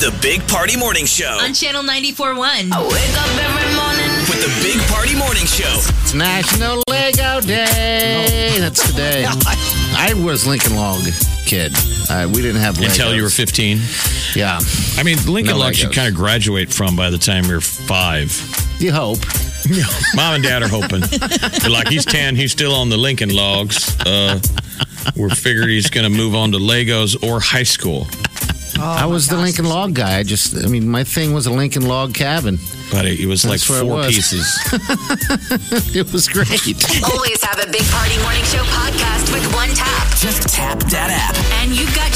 Speaker 7: the Big Party Morning Show.
Speaker 3: On Channel 941. I wake up every morning.
Speaker 7: With the Big Party Morning Show.
Speaker 4: It's National Lego Day. That's today. I was Lincoln Log kid. Uh, we didn't have Legos.
Speaker 5: Until you were 15.
Speaker 4: Yeah.
Speaker 5: I mean, Lincoln
Speaker 4: No
Speaker 5: Log should
Speaker 4: Legos.
Speaker 5: kind of graduate from by the time you're five.
Speaker 4: You hope.
Speaker 5: Mom and dad are hoping. They're like, he's 10, he's still on the Lincoln Logs. Uh, we're figured he's going to move on to Legos or high school. Oh
Speaker 4: I was the Lincoln Log guy. I just, I mean, my thing was a Lincoln Log cabin.
Speaker 5: But it was
Speaker 4: That's
Speaker 5: like
Speaker 4: where it
Speaker 5: four
Speaker 4: was.
Speaker 5: pieces.
Speaker 4: it was great.
Speaker 3: Always have a Big Party Morning Show podcast with one tap. Just tap that app. And you've got